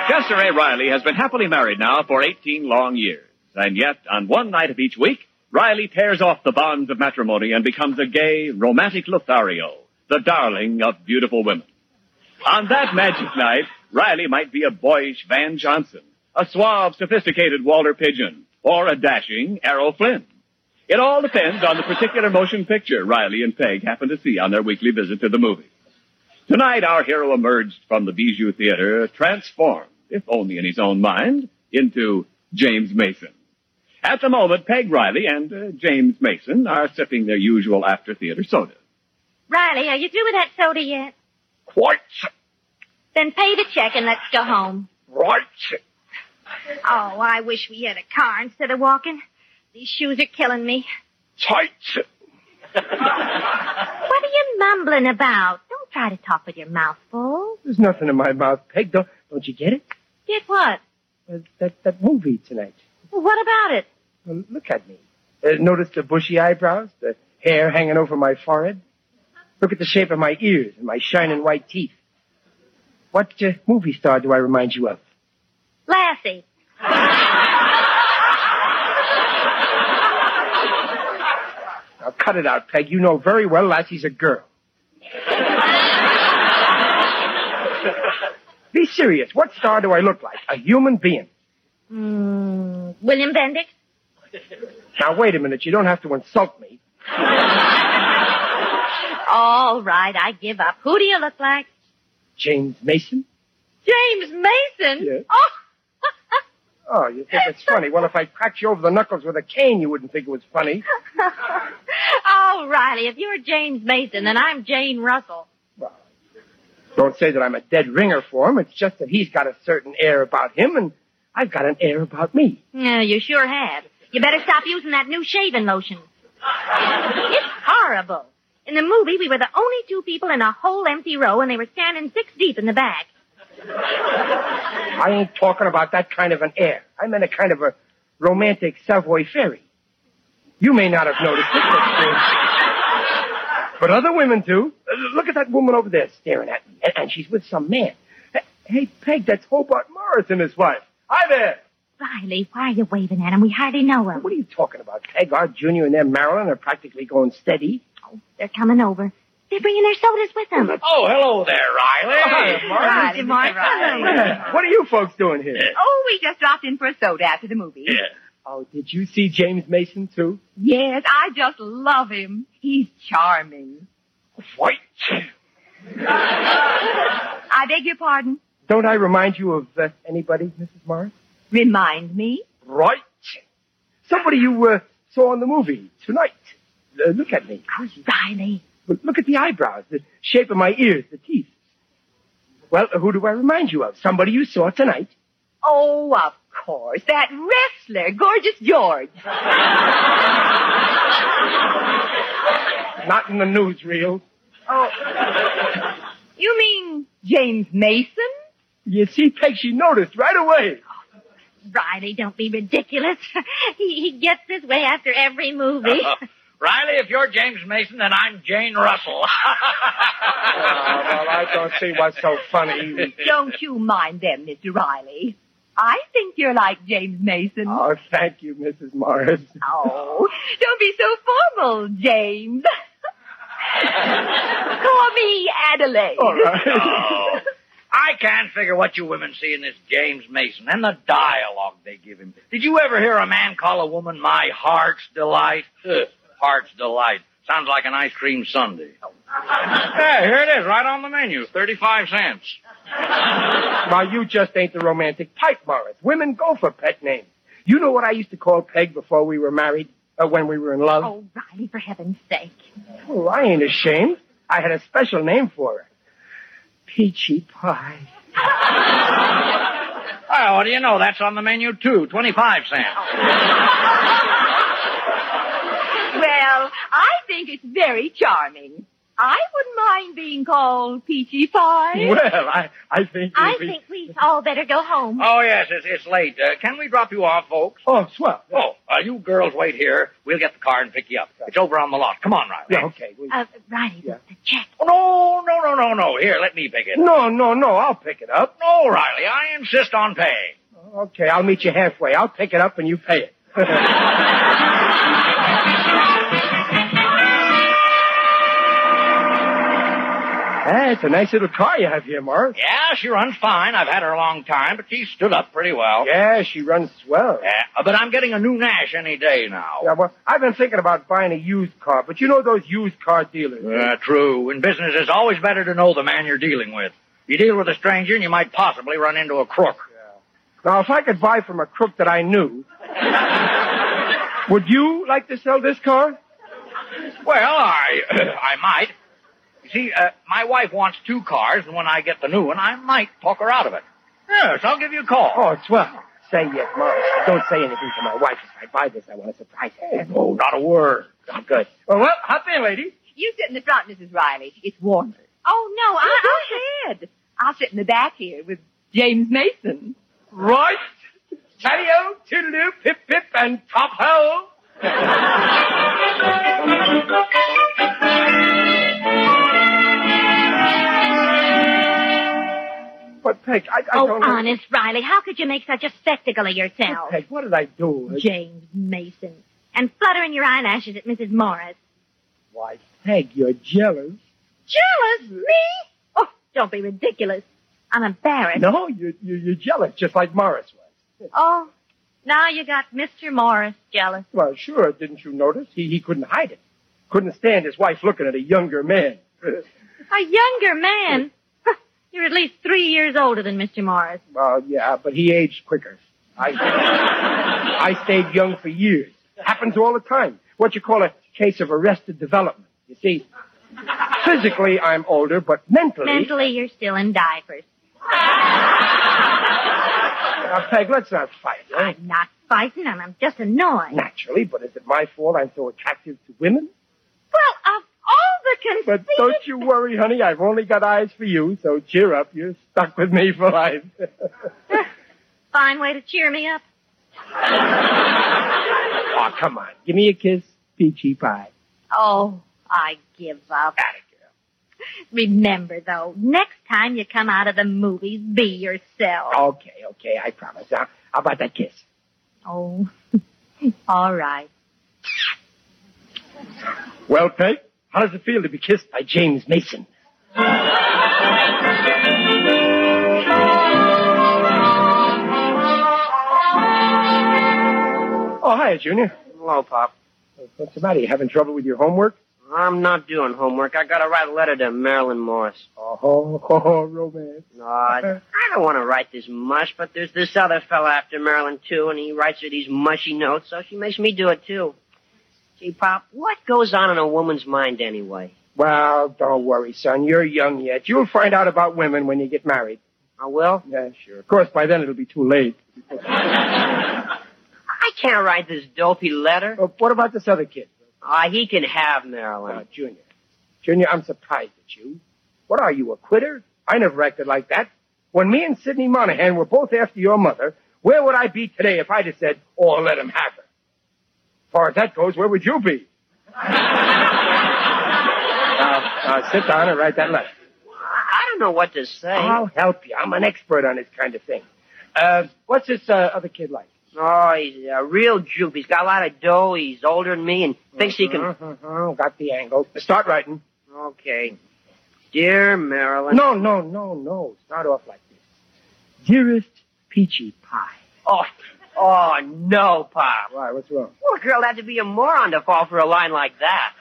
[SPEAKER 13] Chester A. Riley has been happily married now for 18 long years. And yet, on one night of each week, Riley tears off the bonds of matrimony and becomes a gay, romantic Lothario, the darling of beautiful women. On that magic night, Riley might be a boyish Van Johnson, a suave, sophisticated Walter Pigeon, or a dashing Errol Flynn. It all depends on the particular motion picture Riley and Peg happen to see on their weekly visit to the movies. Tonight, our hero emerged from the Bijou Theater, transformed, if only in his own mind, into James Mason. At the moment, Peg Riley and uh, James Mason are sipping their usual after theater soda.
[SPEAKER 14] Riley, are you through with that soda yet?
[SPEAKER 13] Quite
[SPEAKER 14] Then pay the check and let's go home.
[SPEAKER 13] right.
[SPEAKER 14] Oh, I wish we had a car instead of walking. These shoes are killing me.
[SPEAKER 13] Tight.
[SPEAKER 14] What are you mumbling about? Don't try to talk with your mouth full.
[SPEAKER 15] There's nothing in my mouth, Peg. Don't, don't you get it?
[SPEAKER 14] Get what?
[SPEAKER 15] Uh, that, that movie tonight.
[SPEAKER 14] Well, what about it?
[SPEAKER 15] Well, look at me. Uh, notice the bushy eyebrows, the hair hanging over my forehead. Look at the shape of my ears and my shining white teeth. What uh, movie star do I remind you of?
[SPEAKER 14] Lassie.
[SPEAKER 15] Now cut it out, Peg. You know very well Lassie's a girl. Be serious. What star do I look like? A human being.
[SPEAKER 14] Hmm, Mm, William Bendix?
[SPEAKER 15] Now, wait a minute. You don't have to insult me.
[SPEAKER 14] All right, I give up. Who do you look like?
[SPEAKER 15] James Mason?
[SPEAKER 14] James Mason?
[SPEAKER 15] Yes.
[SPEAKER 14] Oh,
[SPEAKER 15] Oh, you think it's funny? Well, if I cracked you over the knuckles with a cane, you wouldn't think it was funny.
[SPEAKER 14] <laughs> oh, Riley, if you're James Mason, then I'm Jane Russell.
[SPEAKER 15] Don't say that I'm a dead ringer for him. It's just that he's got a certain air about him, and I've got an air about me.
[SPEAKER 14] Yeah, you sure have. You better stop using that new shaving lotion. It's horrible. In the movie, we were the only two people in a whole empty row, and they were standing six deep in the back.
[SPEAKER 15] I ain't talking about that kind of an air. I meant a kind of a romantic Savoy fairy. You may not have noticed it, but, uh, but other women do. Uh, Look at that woman over there staring at me, and, and she's with some man. Hey- Hey, Peg, that's Hobart Morris and his wife. Hi there.
[SPEAKER 14] Riley, why are you waving at him? We hardly know him.
[SPEAKER 15] What are you talking about? Uh, Peg, our junior and their Marilyn are practically going steady.
[SPEAKER 14] They're coming over. They're bringing their sodas with them.
[SPEAKER 15] Oh, hello there, Riley.
[SPEAKER 16] Oh, Hi, Martha. Hi, Mr. Riley.
[SPEAKER 15] Yeah. What are you folks doing here? <laughs>
[SPEAKER 16] Oh, we just dropped in for a soda after the movie.
[SPEAKER 15] Oh, did you see James Mason too?
[SPEAKER 16] Yes, I just love him. He's charming.
[SPEAKER 15] What?
[SPEAKER 16] I beg your pardon.
[SPEAKER 15] Don't I remind you of uh, anybody, Mrs. Morris?
[SPEAKER 16] Remind me?
[SPEAKER 15] Right. Somebody you uh, saw in the movie tonight. Uh, look at me.
[SPEAKER 14] Oh, Riley.
[SPEAKER 15] Look, look at the eyebrows, the shape of my ears, the teeth. Well, who do I remind you of? Somebody you saw tonight.
[SPEAKER 16] Oh, of course. That wrestler, Gorgeous George.
[SPEAKER 15] Not in the newsreel.
[SPEAKER 16] Oh. You mean
[SPEAKER 15] <laughs>
[SPEAKER 16] James Mason?
[SPEAKER 15] You see, Peg, she noticed right <laughs> away.
[SPEAKER 14] Riley, don't be ridiculous. <laughs> he, he gets this way after every movie.
[SPEAKER 15] Uh,
[SPEAKER 17] Uh, Riley, if you're James Mason, then I'm Jane Russell. <laughs>
[SPEAKER 15] Oh, well, I don't see what's so funny.
[SPEAKER 16] Don't you mind them, Mr. Riley. I think you're like James Mason.
[SPEAKER 15] Oh, thank you, Mrs. Morris.
[SPEAKER 16] Oh, don't be so formal, James. Call me Adelaide.
[SPEAKER 17] All right. Oh. I can't figure what you women see in this James Mason and the dialogue they give him. Did you ever hear a man call a woman my heart's
[SPEAKER 8] <laughs>
[SPEAKER 17] delight? Ugh, heart's delight. Sounds like an ice cream sundae. <laughs> yeah, here it is, right on the menu, 35 cents.
[SPEAKER 15] Now, you just ain't the romantic type, Morris. Women go for pet names. You know what I used to call Peg before we were married, uh, when we were in love?
[SPEAKER 14] Oh, Riley, for heaven's sake.
[SPEAKER 15] Oh, I ain't ashamed. I had a special name for her. Peachy Pie.
[SPEAKER 17] Oh, what do you know? That's on the menu, too, 25 cents.
[SPEAKER 16] Well, I think it's very charming. I wouldn't mind being called Peachy Pie.
[SPEAKER 17] Well, I-
[SPEAKER 15] I think
[SPEAKER 14] I think we all better go home.
[SPEAKER 17] Oh, yes, it's, it's late. Uh, can we drop you off, folks?
[SPEAKER 15] Mm-hmm. Oh, swell.
[SPEAKER 17] Oh, uh, you girls wait here. We'll get the car and pick you up. It's over on the lot. Come on, Riley.
[SPEAKER 15] Yeah, okay.
[SPEAKER 14] Uh, Riley, the check.
[SPEAKER 17] Oh, no, no, no, no, no. Here, let me pick it up.
[SPEAKER 15] No, no, no, I'll pick it up.
[SPEAKER 17] No, Riley, I insist on paying.
[SPEAKER 15] Okay, I'll meet you halfway. I'll pick it up and you pay
[SPEAKER 17] <laughs>
[SPEAKER 15] it. Ah, it's a nice little car you have here, Morris.
[SPEAKER 17] Yeah, she runs fine. I've had her a long time, but she stood up pretty well.
[SPEAKER 15] Yeah, she runs swell.
[SPEAKER 17] Yeah, but I'm getting a new Nash any day now.
[SPEAKER 15] Yeah, well, I've been thinking about buying a used car, but you know those used car dealers.
[SPEAKER 17] Uh, true. In business, it's always better to know the man you're dealing with. You deal with a stranger, and you might possibly run into a crook.
[SPEAKER 15] Now, if I could buy from a crook that I knew, would you like to sell this car?
[SPEAKER 17] Well, I <clears throat> I might. You see, uh, my wife wants two cars, and when I get the new one, I might talk her out of it. Yes, I'll give you a call.
[SPEAKER 15] Oh, it's well. Say yes, Morris. Don't say anything to my wife. If I buy this, I want to surprise her.
[SPEAKER 17] Oh, not a word.
[SPEAKER 15] I'm good. Well, well, hop in, lady.
[SPEAKER 16] You sit in the front, Mrs. Riley. It's warmer.
[SPEAKER 14] Oh, no, I,
[SPEAKER 16] go
[SPEAKER 14] I
[SPEAKER 16] ahead. I'll sit in the back here with James Mason.
[SPEAKER 15] Right. Patio, toodaloo, pip pip, and top hole. But Peg, I, I
[SPEAKER 14] oh,
[SPEAKER 15] don't. know-
[SPEAKER 14] honest, Riley, how could you make such a spectacle of yourself?
[SPEAKER 15] Peg, what did I do?
[SPEAKER 14] James Mason. And fluttering your eyelashes at Mrs. Morris.
[SPEAKER 15] Why, Peg, you're jealous.
[SPEAKER 14] Jealous? Me? Oh, don't be ridiculous. I'm embarrassed.
[SPEAKER 15] No, you, you, you're jealous, just like Morris was.
[SPEAKER 14] Oh, Now you got Mr. Morris jealous.
[SPEAKER 15] Well, sure, didn't you notice? He, he couldn't hide it. Couldn't stand his wife looking at a younger man. <laughs>
[SPEAKER 14] A younger man? <laughs> Huh, You're at least three years older than Mr. Morris.
[SPEAKER 15] Well, yeah, but he aged quicker. I, I stayed young for years. Happens all the time. What you call a case of arrested development. You see, physically I'm older, but mentally.
[SPEAKER 14] Mentally, you're still
[SPEAKER 15] <laughs>
[SPEAKER 14] in diapers.
[SPEAKER 15] Now, Peg, let's not fight. eh?
[SPEAKER 14] I'm not fighting them. I'm just annoyed.
[SPEAKER 15] Naturally, but is it my fault I'm so attractive to women?
[SPEAKER 14] Well, of all the
[SPEAKER 15] <laughs> But don't you worry, honey. I've only got eyes for you, so cheer up. You're stuck with me for life. <laughs>
[SPEAKER 14] Fine way to cheer me up.
[SPEAKER 15] oh, come on. Give me a kiss, peachy pie.
[SPEAKER 14] Oh, I give up. Remember, though, next time you come out of the movies, be yourself.
[SPEAKER 15] Okay, okay, I promise. Now, how about that kiss?
[SPEAKER 14] Oh, <laughs> all right.
[SPEAKER 15] Well, Peg, how does it feel to be kissed by James Mason? Oh, Oh, hi, Junior.
[SPEAKER 18] Hello, Pop.
[SPEAKER 15] What's the matter? You having trouble with your homework?
[SPEAKER 18] I'm not doing homework. I gotta write a letter to Marilyn Morris.
[SPEAKER 15] Oh, <laughs> oh romance.
[SPEAKER 18] No, I, I don't want to write this mush, but there's this other fella after Marilyn too, and he writes her these mushy notes, so she makes me do it too. Gee, Pop, what goes on in a woman's mind anyway?
[SPEAKER 15] Well, don't worry, son. You're young yet. You'll find out about women when you get married.
[SPEAKER 18] I Uh, will.
[SPEAKER 15] Yeah, sure. Of course, by then it'll be too late.
[SPEAKER 18] <laughs> I can't write this dopey letter.
[SPEAKER 15] what about this other kid?
[SPEAKER 18] Ah, he can have Marilyn.
[SPEAKER 15] Now, Junior. Junior, I'm surprised at you. What are you, a quitter? I never acted like that. When me and Sidney Monahan were both after your mother, where would I be today if I'd have said, oh, let him have her? As far as that goes, where would you be? now, now, Uh, sit down and write that letter.
[SPEAKER 18] I don't know what to say.
[SPEAKER 15] I'll help you. I'm an expert on this kind of thing. Uh, what's this uh, other kid like?
[SPEAKER 18] Oh, he's a real jupe. He's got a lot of dough. He's older than me and thinks he can.
[SPEAKER 15] Uh-huh, got the angle. Start writing.
[SPEAKER 18] Okay. Dear Marilyn.
[SPEAKER 15] No, no, no, no. Start off like this. Dearest Peachy Pie.
[SPEAKER 18] Oh, oh no, Pop.
[SPEAKER 15] Why, what's wrong?
[SPEAKER 18] Well, a girl had to be a moron to fall for a line like that.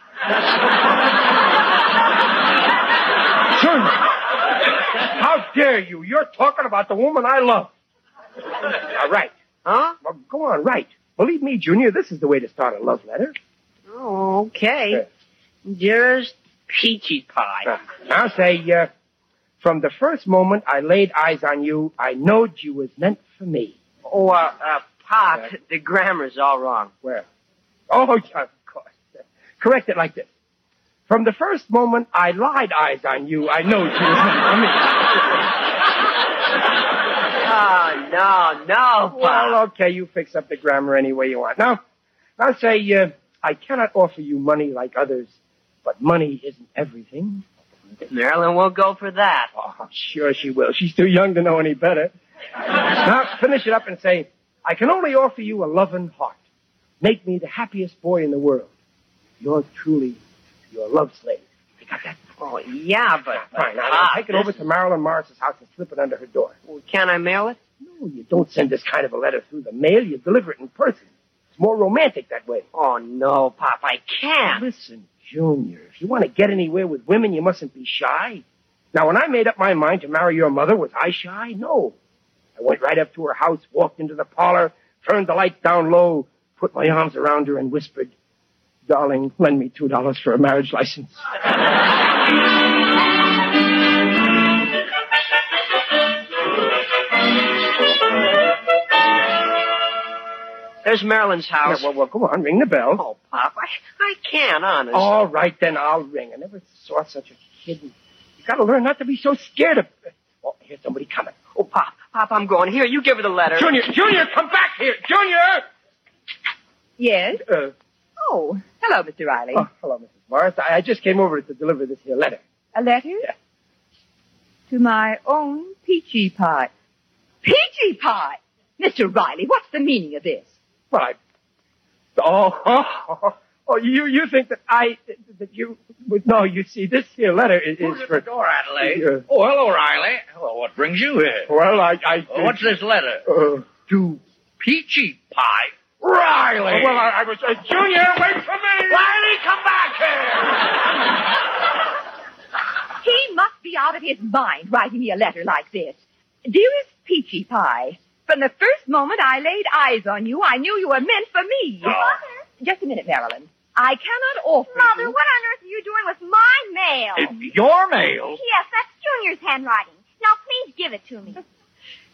[SPEAKER 15] Junior! How dare you? You're talking about the woman I love. All right.
[SPEAKER 18] Huh?
[SPEAKER 15] Well, go on, right. Believe me, Junior, this is the way to start a love letter.
[SPEAKER 18] Oh, okay. Dearest Peachy Pie.
[SPEAKER 15] Now say, uh, from the first moment I laid eyes on you, I knowed you was meant for me.
[SPEAKER 18] Oh, uh, uh, Pop, the grammar's all wrong.
[SPEAKER 15] Where? Oh, <laughs> yeah, of course. Correct it like this. From the first moment I lied eyes on you, I know you <laughs>
[SPEAKER 18] Oh, no, no, Pop.
[SPEAKER 15] Well, okay, you fix up the grammar any way you want. Now, now say, uh, I cannot offer you money like others, but money isn't everything.
[SPEAKER 18] Marilyn won't go for that.
[SPEAKER 15] Oh, sure she will. She's too young to know any better. now, finish it up and say, I can only offer you a loving heart. Make me the happiest boy in the world. You're truly your love slave. I got that.
[SPEAKER 18] Oh, yeah, but. but
[SPEAKER 15] Fine, now, now
[SPEAKER 18] Pop,
[SPEAKER 15] take it over
[SPEAKER 18] Ah, this-
[SPEAKER 15] to Marilyn Morris's house and slip it under her door.
[SPEAKER 18] Can I mail it?
[SPEAKER 15] No, you don't send this kind of a letter through the mail. You deliver it in person. It's more romantic that way.
[SPEAKER 18] Oh, no, Pop, I can't.
[SPEAKER 15] Listen, Junior, if you want to get anywhere with women, you mustn't be shy. Now, when I made up my mind to marry your mother, was I shy? No. I went right up to her house, walked into the parlor, turned the lights down low, put my arms around her, and whispered, Darling, lend me $2 for a marriage license.
[SPEAKER 18] There's Marilyn's house.
[SPEAKER 15] Yeah, well, well, go on, ring the bell.
[SPEAKER 18] Oh, Pop, I, I can't, honest.
[SPEAKER 15] All right, then I'll ring. I never saw such a kid. You gotta learn not to be so scared of. Oh, here's somebody coming.
[SPEAKER 18] Oh, Pop, Pop, I'm going. Here, you give her the letter.
[SPEAKER 15] Junior, Junior, come back here, Junior!
[SPEAKER 16] Yes?
[SPEAKER 15] Uh,
[SPEAKER 16] Oh, hello, Mr. Riley.
[SPEAKER 15] oh, hello, Mrs. Morris. I, I just came over to deliver this here letter. <laughs>
[SPEAKER 16] A letter? To my own peachy pie. Peachy pie? Mr. Riley, what's the meaning of this?
[SPEAKER 15] Well, I. Oh, <laughs> oh, oh, oh, you you think that I that you would no? You see, this here letter is, is
[SPEAKER 17] Who's at
[SPEAKER 15] for
[SPEAKER 17] the door, Adelaide?
[SPEAKER 15] Yeah.
[SPEAKER 17] Oh, hello, Riley. Hello, what brings you here?
[SPEAKER 15] Well, I I.
[SPEAKER 17] Well, what's this letter?
[SPEAKER 15] Uh, to
[SPEAKER 19] Peachy Pie?
[SPEAKER 15] Oh,
[SPEAKER 19] Riley!
[SPEAKER 9] Well, I, I was. Uh, Junior, wait for me!
[SPEAKER 19] Riley, come back
[SPEAKER 9] <laughs> uh, here!
[SPEAKER 16] He must be out of his mind writing me a letter like this. Dearest Peachy Pie, from the first moment I laid eyes on you, I knew you were meant for me. Just a minute, Marilyn. I cannot offer.
[SPEAKER 14] Mother,
[SPEAKER 16] you-
[SPEAKER 14] what on earth are you doing with my mail?
[SPEAKER 19] Your mail?
[SPEAKER 14] Yes, that's Junior's handwriting. Now, please give it to me.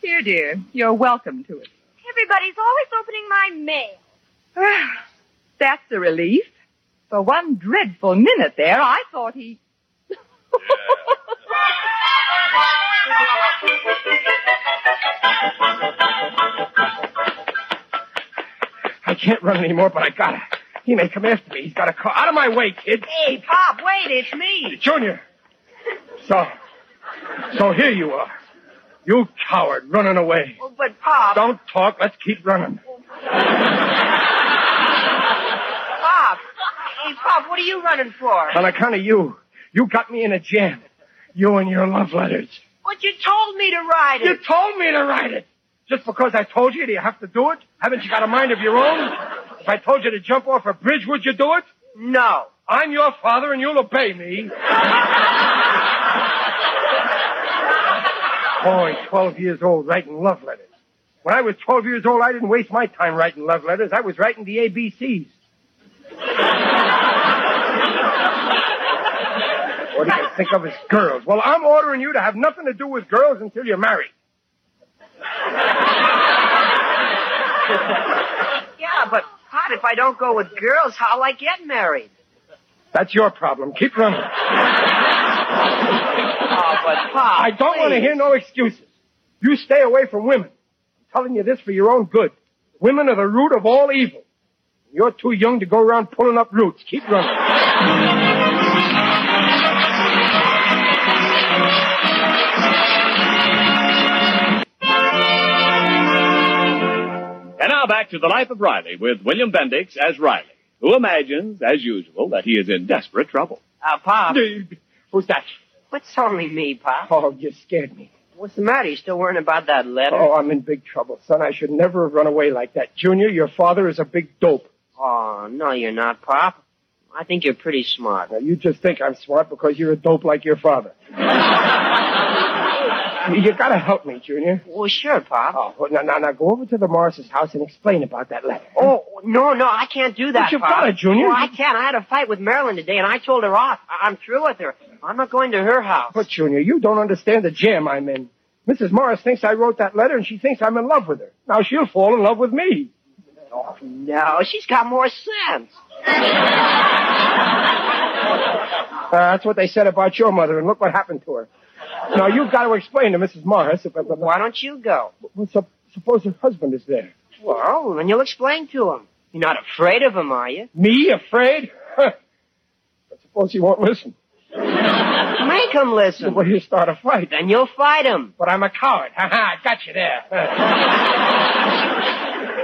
[SPEAKER 16] Here, dear, you're welcome to it.
[SPEAKER 14] Everybody's always opening my mail.
[SPEAKER 16] Ah, That's a relief. For one dreadful minute there, I thought
[SPEAKER 14] <laughs>
[SPEAKER 16] he.
[SPEAKER 15] I can't run anymore, but I gotta. He may come after me. He's got a car. Out of my way, kid.
[SPEAKER 18] Hey, Pop, wait, it's me.
[SPEAKER 15] Junior. So, so here you are. You coward, running away.
[SPEAKER 18] Oh, but Pop.
[SPEAKER 15] Don't talk. Let's keep running.
[SPEAKER 18] Pop. Hey, Pop, what are you running for?
[SPEAKER 15] On account of you, you got me in a jam. You and your love letters.
[SPEAKER 18] But you told me to write it.
[SPEAKER 15] You told me to write it. Just because I told you, do you have to do it? Haven't you got a mind of your own? If I told you to jump off a bridge, would you do it?
[SPEAKER 18] No.
[SPEAKER 15] I'm your father, and you'll obey me. Boy, 12 years old, writing love letters. When I was 12 years old, I didn't waste my time writing love letters. I was writing the ABCs. What do you think of as girls? Well, I'm ordering you to have nothing to do with girls until you're married.
[SPEAKER 18] <laughs> Yeah, but Pop, if I don't go with girls, how'll I get married?
[SPEAKER 15] That's your problem. Keep running. Uh,
[SPEAKER 18] Oh, but Pop.
[SPEAKER 15] I don't want to
[SPEAKER 18] please.
[SPEAKER 15] hear no excuses. You stay away from women. I'm telling you this for your own good. Women are the root of all evil. You're too young to go around pulling up roots. Keep running.
[SPEAKER 13] And now back to the life of Riley with William Bendix as Riley, who imagines, as usual, that he is in desperate trouble.
[SPEAKER 18] Uh, Pop.
[SPEAKER 15] Who's that?
[SPEAKER 18] What's only me, Pop?
[SPEAKER 15] Oh, you scared me.
[SPEAKER 18] What's the matter? You still worrying about that letter?
[SPEAKER 15] Oh, I'm in big trouble, son. I should never have run away like that. Junior, your father is a big dope.
[SPEAKER 18] Oh, no, you're not, Pop. I think you're pretty smart.
[SPEAKER 15] Now, you just think I'm smart because you're a dope like your father. you gotta help me, Junior.
[SPEAKER 18] Well, sure, Pop.
[SPEAKER 15] Oh, well, now, now, now, go over to the Morris's house and explain about that letter.
[SPEAKER 18] Oh, no, no, I can't do that,
[SPEAKER 15] But you've
[SPEAKER 18] Pop.
[SPEAKER 15] got it, Junior.
[SPEAKER 18] Oh, I can't. I had a fight with Marilyn today, and I told her off. I- I'm through with her. I'm not going to her house.
[SPEAKER 15] But, Junior, you don't understand the jam I'm in. Mrs. Morris thinks I wrote that letter and she thinks I'm in love with her. Now she'll fall in love with me.
[SPEAKER 18] Oh, no, she's got more sense.
[SPEAKER 15] Uh, that's what they said about your mother, and look what happened to her. Now you've got to explain to Mrs. Morris. If,
[SPEAKER 18] Why don't you go?
[SPEAKER 15] Well, sup- suppose her husband is there.
[SPEAKER 18] Well, then you'll explain to him. You're not afraid of him, are you?
[SPEAKER 15] Me afraid? but suppose he won't listen.
[SPEAKER 18] <laughs> Make him listen.
[SPEAKER 15] Well, you start a fight.
[SPEAKER 18] Then you'll fight him.
[SPEAKER 15] But I'm a
[SPEAKER 18] <laughs>
[SPEAKER 15] coward. <laughs> Ha ha! I got you there.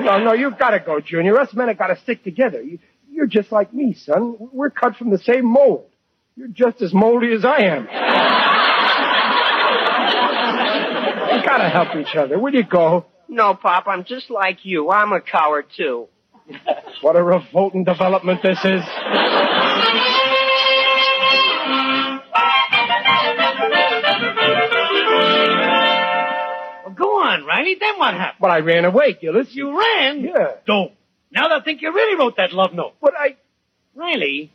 [SPEAKER 15] no, no, you've got to go, Junior. Us men have got to stick together. You, you're just like me, son. We're cut from the same mold. You're just as moldy as I am. We got to help each other. Will you go?
[SPEAKER 18] No, Pop, I'm just like you. I'm a coward, too.
[SPEAKER 15] What a revolting development this is.
[SPEAKER 19] <laughs> Well, go on, Riley. Then what happened?
[SPEAKER 15] But I ran away, Gillis. You
[SPEAKER 19] ran?
[SPEAKER 15] Yeah.
[SPEAKER 19] Dope. Now they'll think you really wrote that love note.
[SPEAKER 15] But I.
[SPEAKER 19] Riley,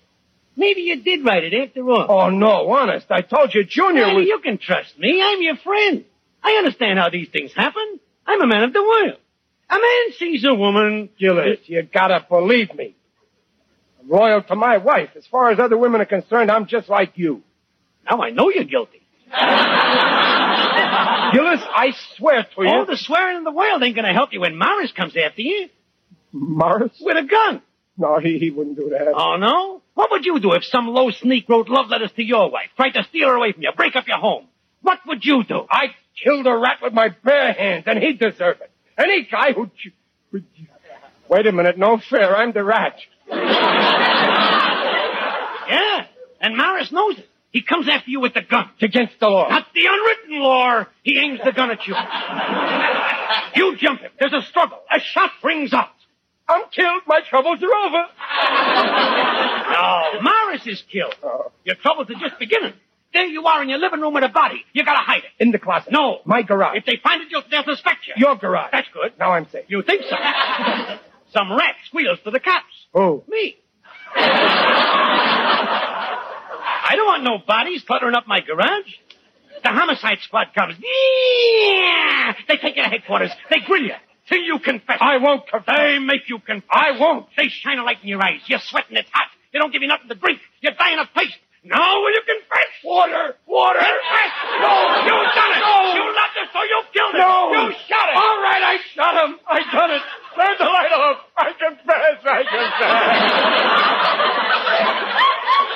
[SPEAKER 19] maybe you did write it after all.
[SPEAKER 15] Oh, no, honest. I told you, Junior
[SPEAKER 19] Riley,
[SPEAKER 15] was-
[SPEAKER 19] you can trust me. I'm your friend. I understand how these things happen. I'm a man of the world. A man sees a woman.
[SPEAKER 15] Gillis, you gotta believe me. I'm loyal to my wife. As far as other women are concerned, I'm just like you.
[SPEAKER 19] Now I know you're guilty.
[SPEAKER 15] Gillis, I swear to you.
[SPEAKER 19] All the swearing in the world ain't gonna help you when Morris comes after you.
[SPEAKER 15] Morris?
[SPEAKER 19] With a gun.
[SPEAKER 15] No, he, he wouldn't do that.
[SPEAKER 19] Oh, no? What would you do if some low sneak wrote love letters to your wife, tried to steal her away from you, break up your home? What would you do?
[SPEAKER 15] I killed a rat with my bare hands, and he deserved it. Any guy who. ch- who- Wait a minute, no fair. I'm the rat.
[SPEAKER 19] Yeah, and Morris knows it. He comes after you with the gun.
[SPEAKER 15] It's against the law.
[SPEAKER 19] Not the unwritten law. He aims the gun at you.
[SPEAKER 9] You jump him. There's a struggle. A shot rings out. I'm killed. My troubles are over.
[SPEAKER 19] No, Morris is killed.
[SPEAKER 9] Oh.
[SPEAKER 19] Your troubles are just beginning. There you are in your living room with a body. You gotta hide it.
[SPEAKER 15] In the closet.
[SPEAKER 19] No.
[SPEAKER 15] My garage.
[SPEAKER 19] If they find it, you'll, they'll suspect you.
[SPEAKER 15] Your garage.
[SPEAKER 19] That's good.
[SPEAKER 15] Now I'm safe.
[SPEAKER 19] You
[SPEAKER 9] <laughs>
[SPEAKER 19] think so? Some rat squeals to the cops.
[SPEAKER 15] Oh.
[SPEAKER 19] Me. I don't want no bodies cluttering up my garage. The homicide squad comes. Yeah! They take you to headquarters. They grill you. Till you confess. I won't confess. They make you confess. I won't. They shine a light in your eyes. You're sweating. It's hot. They don't give you nothing to drink. You're dying of thirst. Now will you confess? Water! Water! Confess! No! You done it!
[SPEAKER 9] No.
[SPEAKER 19] You loved it, so you killed it!
[SPEAKER 9] No.
[SPEAKER 19] You shot it!
[SPEAKER 9] All right, I shot him. I done it. Turn the light off. I confess. I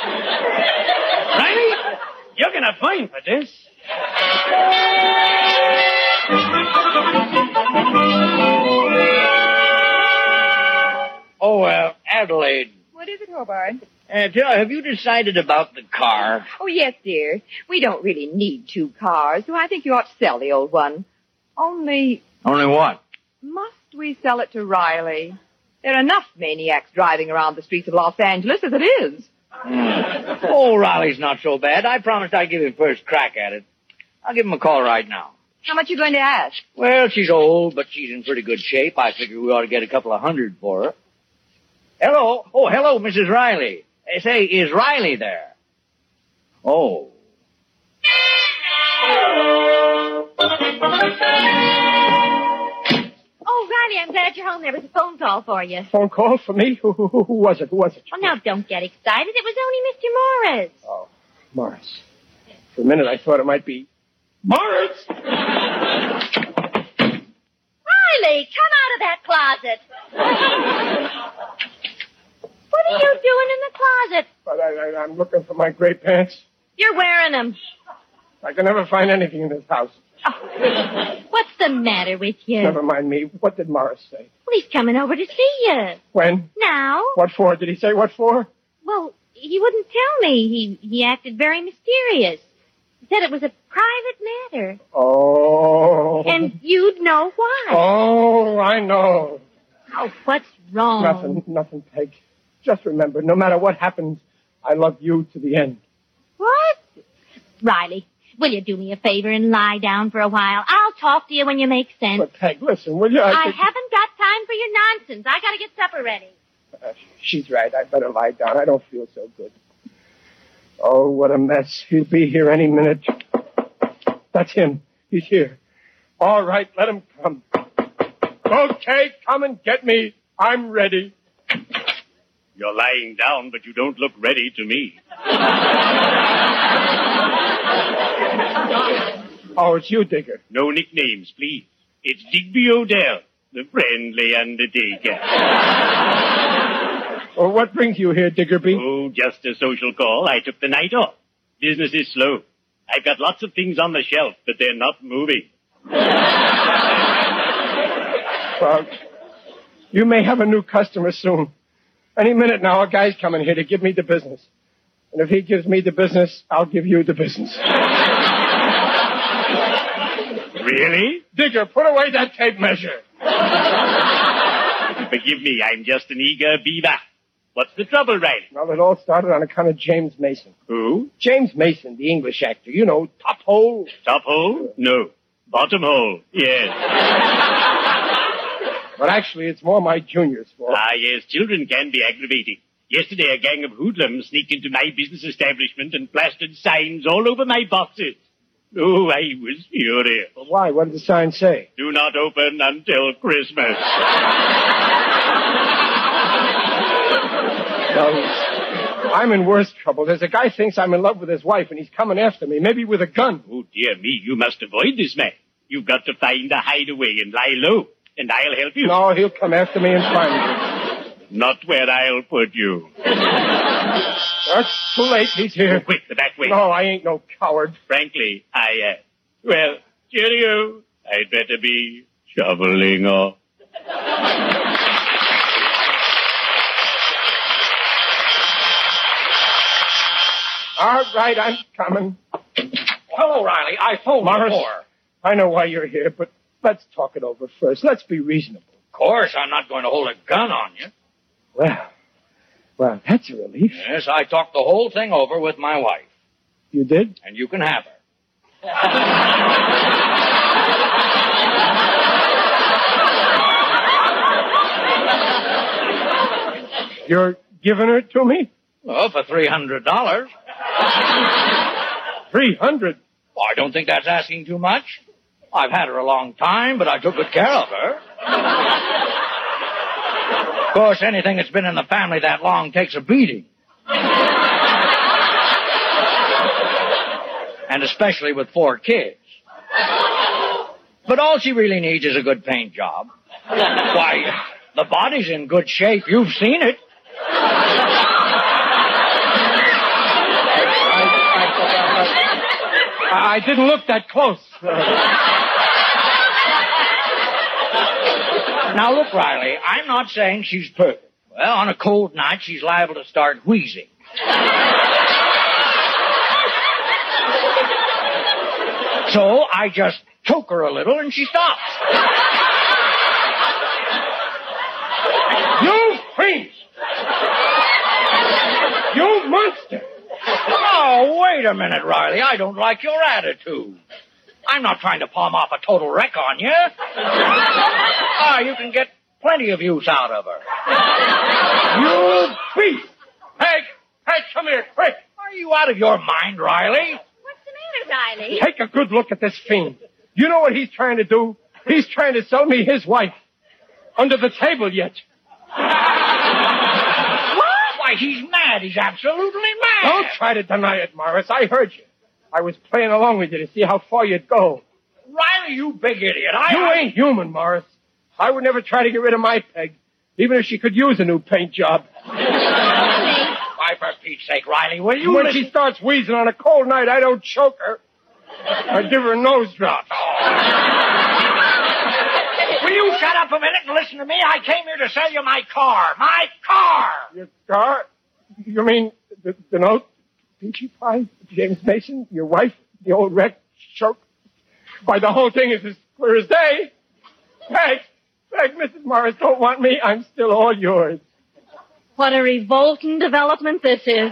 [SPEAKER 9] confess.
[SPEAKER 19] Riley, you're gonna blame for this.
[SPEAKER 9] Oh.
[SPEAKER 17] Oh, uh, Adelaide,
[SPEAKER 16] What is it, Hobart?
[SPEAKER 17] uh, tell, have you decided about the car?
[SPEAKER 16] Oh, yes, dear. We don't really need two cars, so I think you ought to sell the old one. Only,
[SPEAKER 17] Only what?
[SPEAKER 16] must we sell it to Riley? There are enough maniacs driving around the streets of Los Angeles as it is.
[SPEAKER 17] Oh, Riley's not so bad. I promised I'd give him first crack at it. I'll give him a call right now.
[SPEAKER 16] How much are you going to ask?
[SPEAKER 17] Well, she's old, but she's in pretty good shape. I figure we ought to get a couple of hundred for her. Hello. Oh, hello, Mrs. Riley. Uh, Say, is Riley there? Oh.
[SPEAKER 14] Oh, Riley, I'm glad you're home. There was a phone call for you.
[SPEAKER 15] Phone call for me? <laughs> Who, who, who who was it? Who was it?
[SPEAKER 14] Well, now don't get excited. It was only Mr. Morris.
[SPEAKER 15] Oh. Morris. For a minute, I thought it might be. Morris!
[SPEAKER 14] Riley, come out of that closet. <laughs> what are you doing in the closet?
[SPEAKER 15] But I, I, I'm looking for my gray pants.
[SPEAKER 14] You're wearing them.
[SPEAKER 15] I can never find anything in this house.
[SPEAKER 14] What's the matter with you?
[SPEAKER 15] Never mind me. What did Morris say?
[SPEAKER 14] Well, he's coming over to see you.
[SPEAKER 15] When?
[SPEAKER 14] Now?
[SPEAKER 15] What for? Did he say what for?
[SPEAKER 14] Well, he wouldn't tell me. He, he acted very mysterious. He said it was a private matter.
[SPEAKER 15] Oh.
[SPEAKER 14] And you'd know why.
[SPEAKER 15] Oh, I know.
[SPEAKER 14] Oh, what's wrong?
[SPEAKER 15] Nothing, nothing, Peg. Just remember, no matter what happens, I love you to the end.
[SPEAKER 14] What? Riley, will you do me a favor and lie down for a while? I'll talk to you when you make sense.
[SPEAKER 15] But Peg, listen, will you?
[SPEAKER 14] I,
[SPEAKER 15] think-
[SPEAKER 14] haven't got time for your nonsense. I gotta get supper ready.
[SPEAKER 15] Uh, she's right. I better lie down. I don't feel so good. Oh, what a mess. He'll be here any minute. That's him. He's here. All right, let him come. Okay, come and get me. I'm ready.
[SPEAKER 10] You're lying down, but you don't look ready to me.
[SPEAKER 15] Oh, it's you, Digger.
[SPEAKER 10] No nicknames, please. It's Digby Odell, the friendly undertaker.
[SPEAKER 15] Well, what brings you here, Diggerby?
[SPEAKER 10] Oh, just a social call. I took the night off. Business is slow. I've got lots of things on the shelf, but they're not moving.
[SPEAKER 15] Well, you may have a new customer soon. Any minute now, a guy's coming here to give me the business. And if he gives me the business, I'll give you the business. <laughs>
[SPEAKER 10] Really?
[SPEAKER 15] Digger, put away that tape measure.
[SPEAKER 10] Forgive me, I'm just an eager beaver. What's the trouble, Riley?
[SPEAKER 15] Well, it all started on account of James Mason.
[SPEAKER 10] Who?
[SPEAKER 15] James Mason, the English actor. You know, top hole.
[SPEAKER 10] Top hole? No. Bottom hole? Yes.
[SPEAKER 15] But
[SPEAKER 10] <laughs>
[SPEAKER 15] actually, it's more my junior's fault.
[SPEAKER 10] Ah, yes, children can be aggravating. Yesterday, a gang of hoodlums sneaked into my business establishment and plastered signs all over my boxes. Oh, I was furious.
[SPEAKER 15] But why? What did the sign say?
[SPEAKER 10] Do not open until Christmas.
[SPEAKER 15] Well, I'm in worse trouble. There's a guy thinks I'm in love with his wife, and he's coming after me, maybe with a gun.
[SPEAKER 10] Oh, dear me, you must avoid this man. You've got to find a hideaway and lie low, and I'll help you.
[SPEAKER 15] No, he'll come after me and find me.
[SPEAKER 10] Not where I'll put you.
[SPEAKER 15] That's too late. He's here.
[SPEAKER 10] quick, the back way.
[SPEAKER 15] No, I ain't no coward.
[SPEAKER 10] Frankly, I am. well, cheerio. I'd better be shoveling off.
[SPEAKER 15] All right, I'm coming.
[SPEAKER 19] Hello, Riley. I phoned
[SPEAKER 15] Morris,
[SPEAKER 19] before.
[SPEAKER 15] I know why you're here, but Let's talk it over first. Let's be reasonable.
[SPEAKER 17] Of course, I'm not going to hold a gun on you.
[SPEAKER 15] Well, well, that's a relief.
[SPEAKER 17] Yes, I talked the whole thing over with my wife,
[SPEAKER 15] You did?
[SPEAKER 17] and you can have her.
[SPEAKER 15] You're giving her to me?
[SPEAKER 17] Well, for three hundred dollars.
[SPEAKER 15] <laughs> Three hundred?
[SPEAKER 17] Well, I don't think that's asking too much. I've had her a long time, but I took good care of her. Ah, Of course, anything that's been in the family that long takes a beating. and especially with four kids. But all she really needs is a good paint job. Why, the body's in good shape. You've seen it.
[SPEAKER 15] I I didn't look that close.
[SPEAKER 17] Now look, Riley, I'm not saying she's perfect. Well, on a cold night, she's liable to start wheezing. So I just choke her a little and she stops.
[SPEAKER 19] You fiend!
[SPEAKER 17] You monster! Oh, wait a minute, Riley. I don't like your attitude. I'm not trying to palm off a total wreck on you. Ah, you can get plenty of use out of her. You beast! Hank! Hank, come here, quick! Are you out of your mind, Riley?
[SPEAKER 20] Riley.
[SPEAKER 15] Take a good look at this fiend. You know what he's trying to do? He's trying to sell me his wife. Under the table yet.
[SPEAKER 17] What? Why, he's mad. He's absolutely mad.
[SPEAKER 15] Don't try to deny it, Morris. I heard you. I was playing along with you to see how far you'd go.
[SPEAKER 17] Riley, you big idiot.
[SPEAKER 15] <laughs>
[SPEAKER 17] I,
[SPEAKER 15] you ain't human, Morris. I would never try to get rid of my peg, even if she could use a new paint job.
[SPEAKER 17] Why, for Pete's sake, Riley, will you
[SPEAKER 15] when
[SPEAKER 17] listen?
[SPEAKER 15] she starts wheezing on a cold night, I don't choke her. I give her a nose drop.
[SPEAKER 17] Will you shut up a minute and listen to me? I came here to sell you my car. My car!
[SPEAKER 15] Your car? You mean the, the note? Peachy Pie? James Mason? Your wife? The old wreck? Choke? Why, the whole thing is as clear as day. Peg! Peg, Mrs. Morris don't want me. I'm still all yours.
[SPEAKER 11] What a revolting development this is.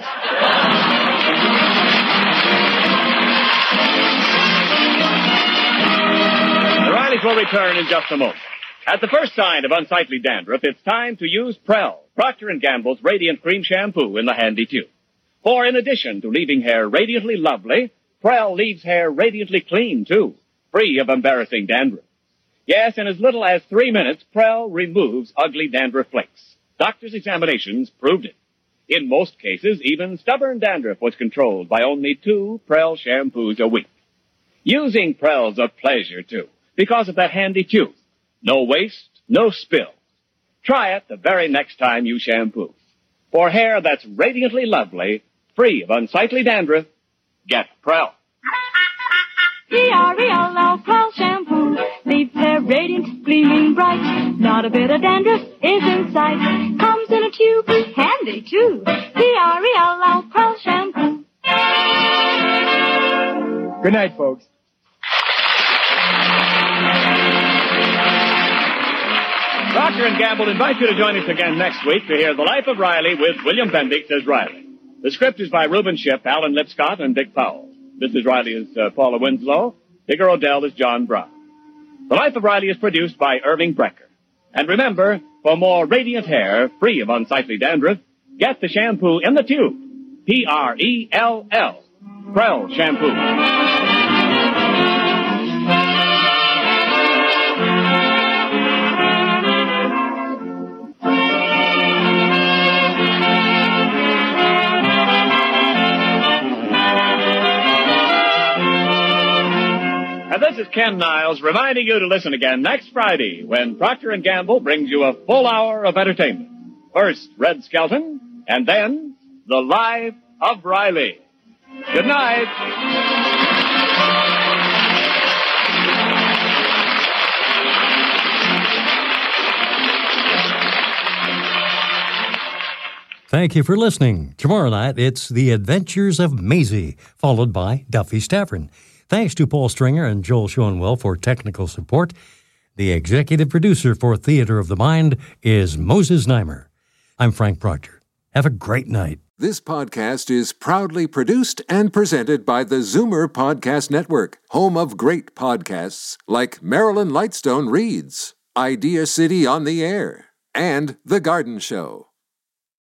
[SPEAKER 13] The Rileys will return in just a moment. At the first sign of unsightly dandruff, it's time to use Prel, Procter & Gamble's Radiant Cream Shampoo in the handy tube. For in addition to leaving hair radiantly lovely, Prel leaves hair radiantly clean too, free of embarrassing dandruff. Yes, in as little as three minutes, Prel removes ugly dandruff flakes. Doctors' examinations proved it. In most cases, even stubborn dandruff was controlled by only two Prel shampoos a week. Using Prel's a pleasure too, because of that handy tube. No waste, no spill. Try it the very next time you shampoo. For hair that's radiantly lovely, free of unsightly dandruff, get Prel.
[SPEAKER 9] E P-R-E-L-L, Prel shampoo leaves hair radiant, gleaming bright. Not a bit of dandruff is in sight. Comes in a tube, handy too. P-R-E-L-L, Prel shampoo.
[SPEAKER 15] Good night, folks.
[SPEAKER 13] Procter and Gamble invite you to join us again next week to hear The Life of Riley with William Bendix as Riley. The script is by Reuben Ship, Alan Lipscott, and Dick Powell. Mrs. Riley is uh, Paula Winslow. Digger Odell is John Brown. The Life of Riley is produced by Irving Brecker. And remember, for more radiant hair free of unsightly dandruff, get the shampoo in the tube. E P-R-E-L-L. Prel shampoo. And this is Ken Niles reminding you to listen again next Friday when Procter & Gamble brings you a full hour of entertainment. First, Red Skelton, and then, The Life of Riley. Good night.
[SPEAKER 1] Thank you for listening. Tomorrow night, it's The Adventures of Maisie, followed by Duffy's Tavern. Thanks to Paul Stringer and Joel Schoenwell for technical support. The executive producer for Theater of the Mind is Moses Neimer. I'm Frank Proctor. Have a great night.
[SPEAKER 7] This podcast is proudly produced and presented by the Zoomer Podcast Network, home of great podcasts like Marilyn Lightstone Reads, Idea City on the Air, and The Garden Show.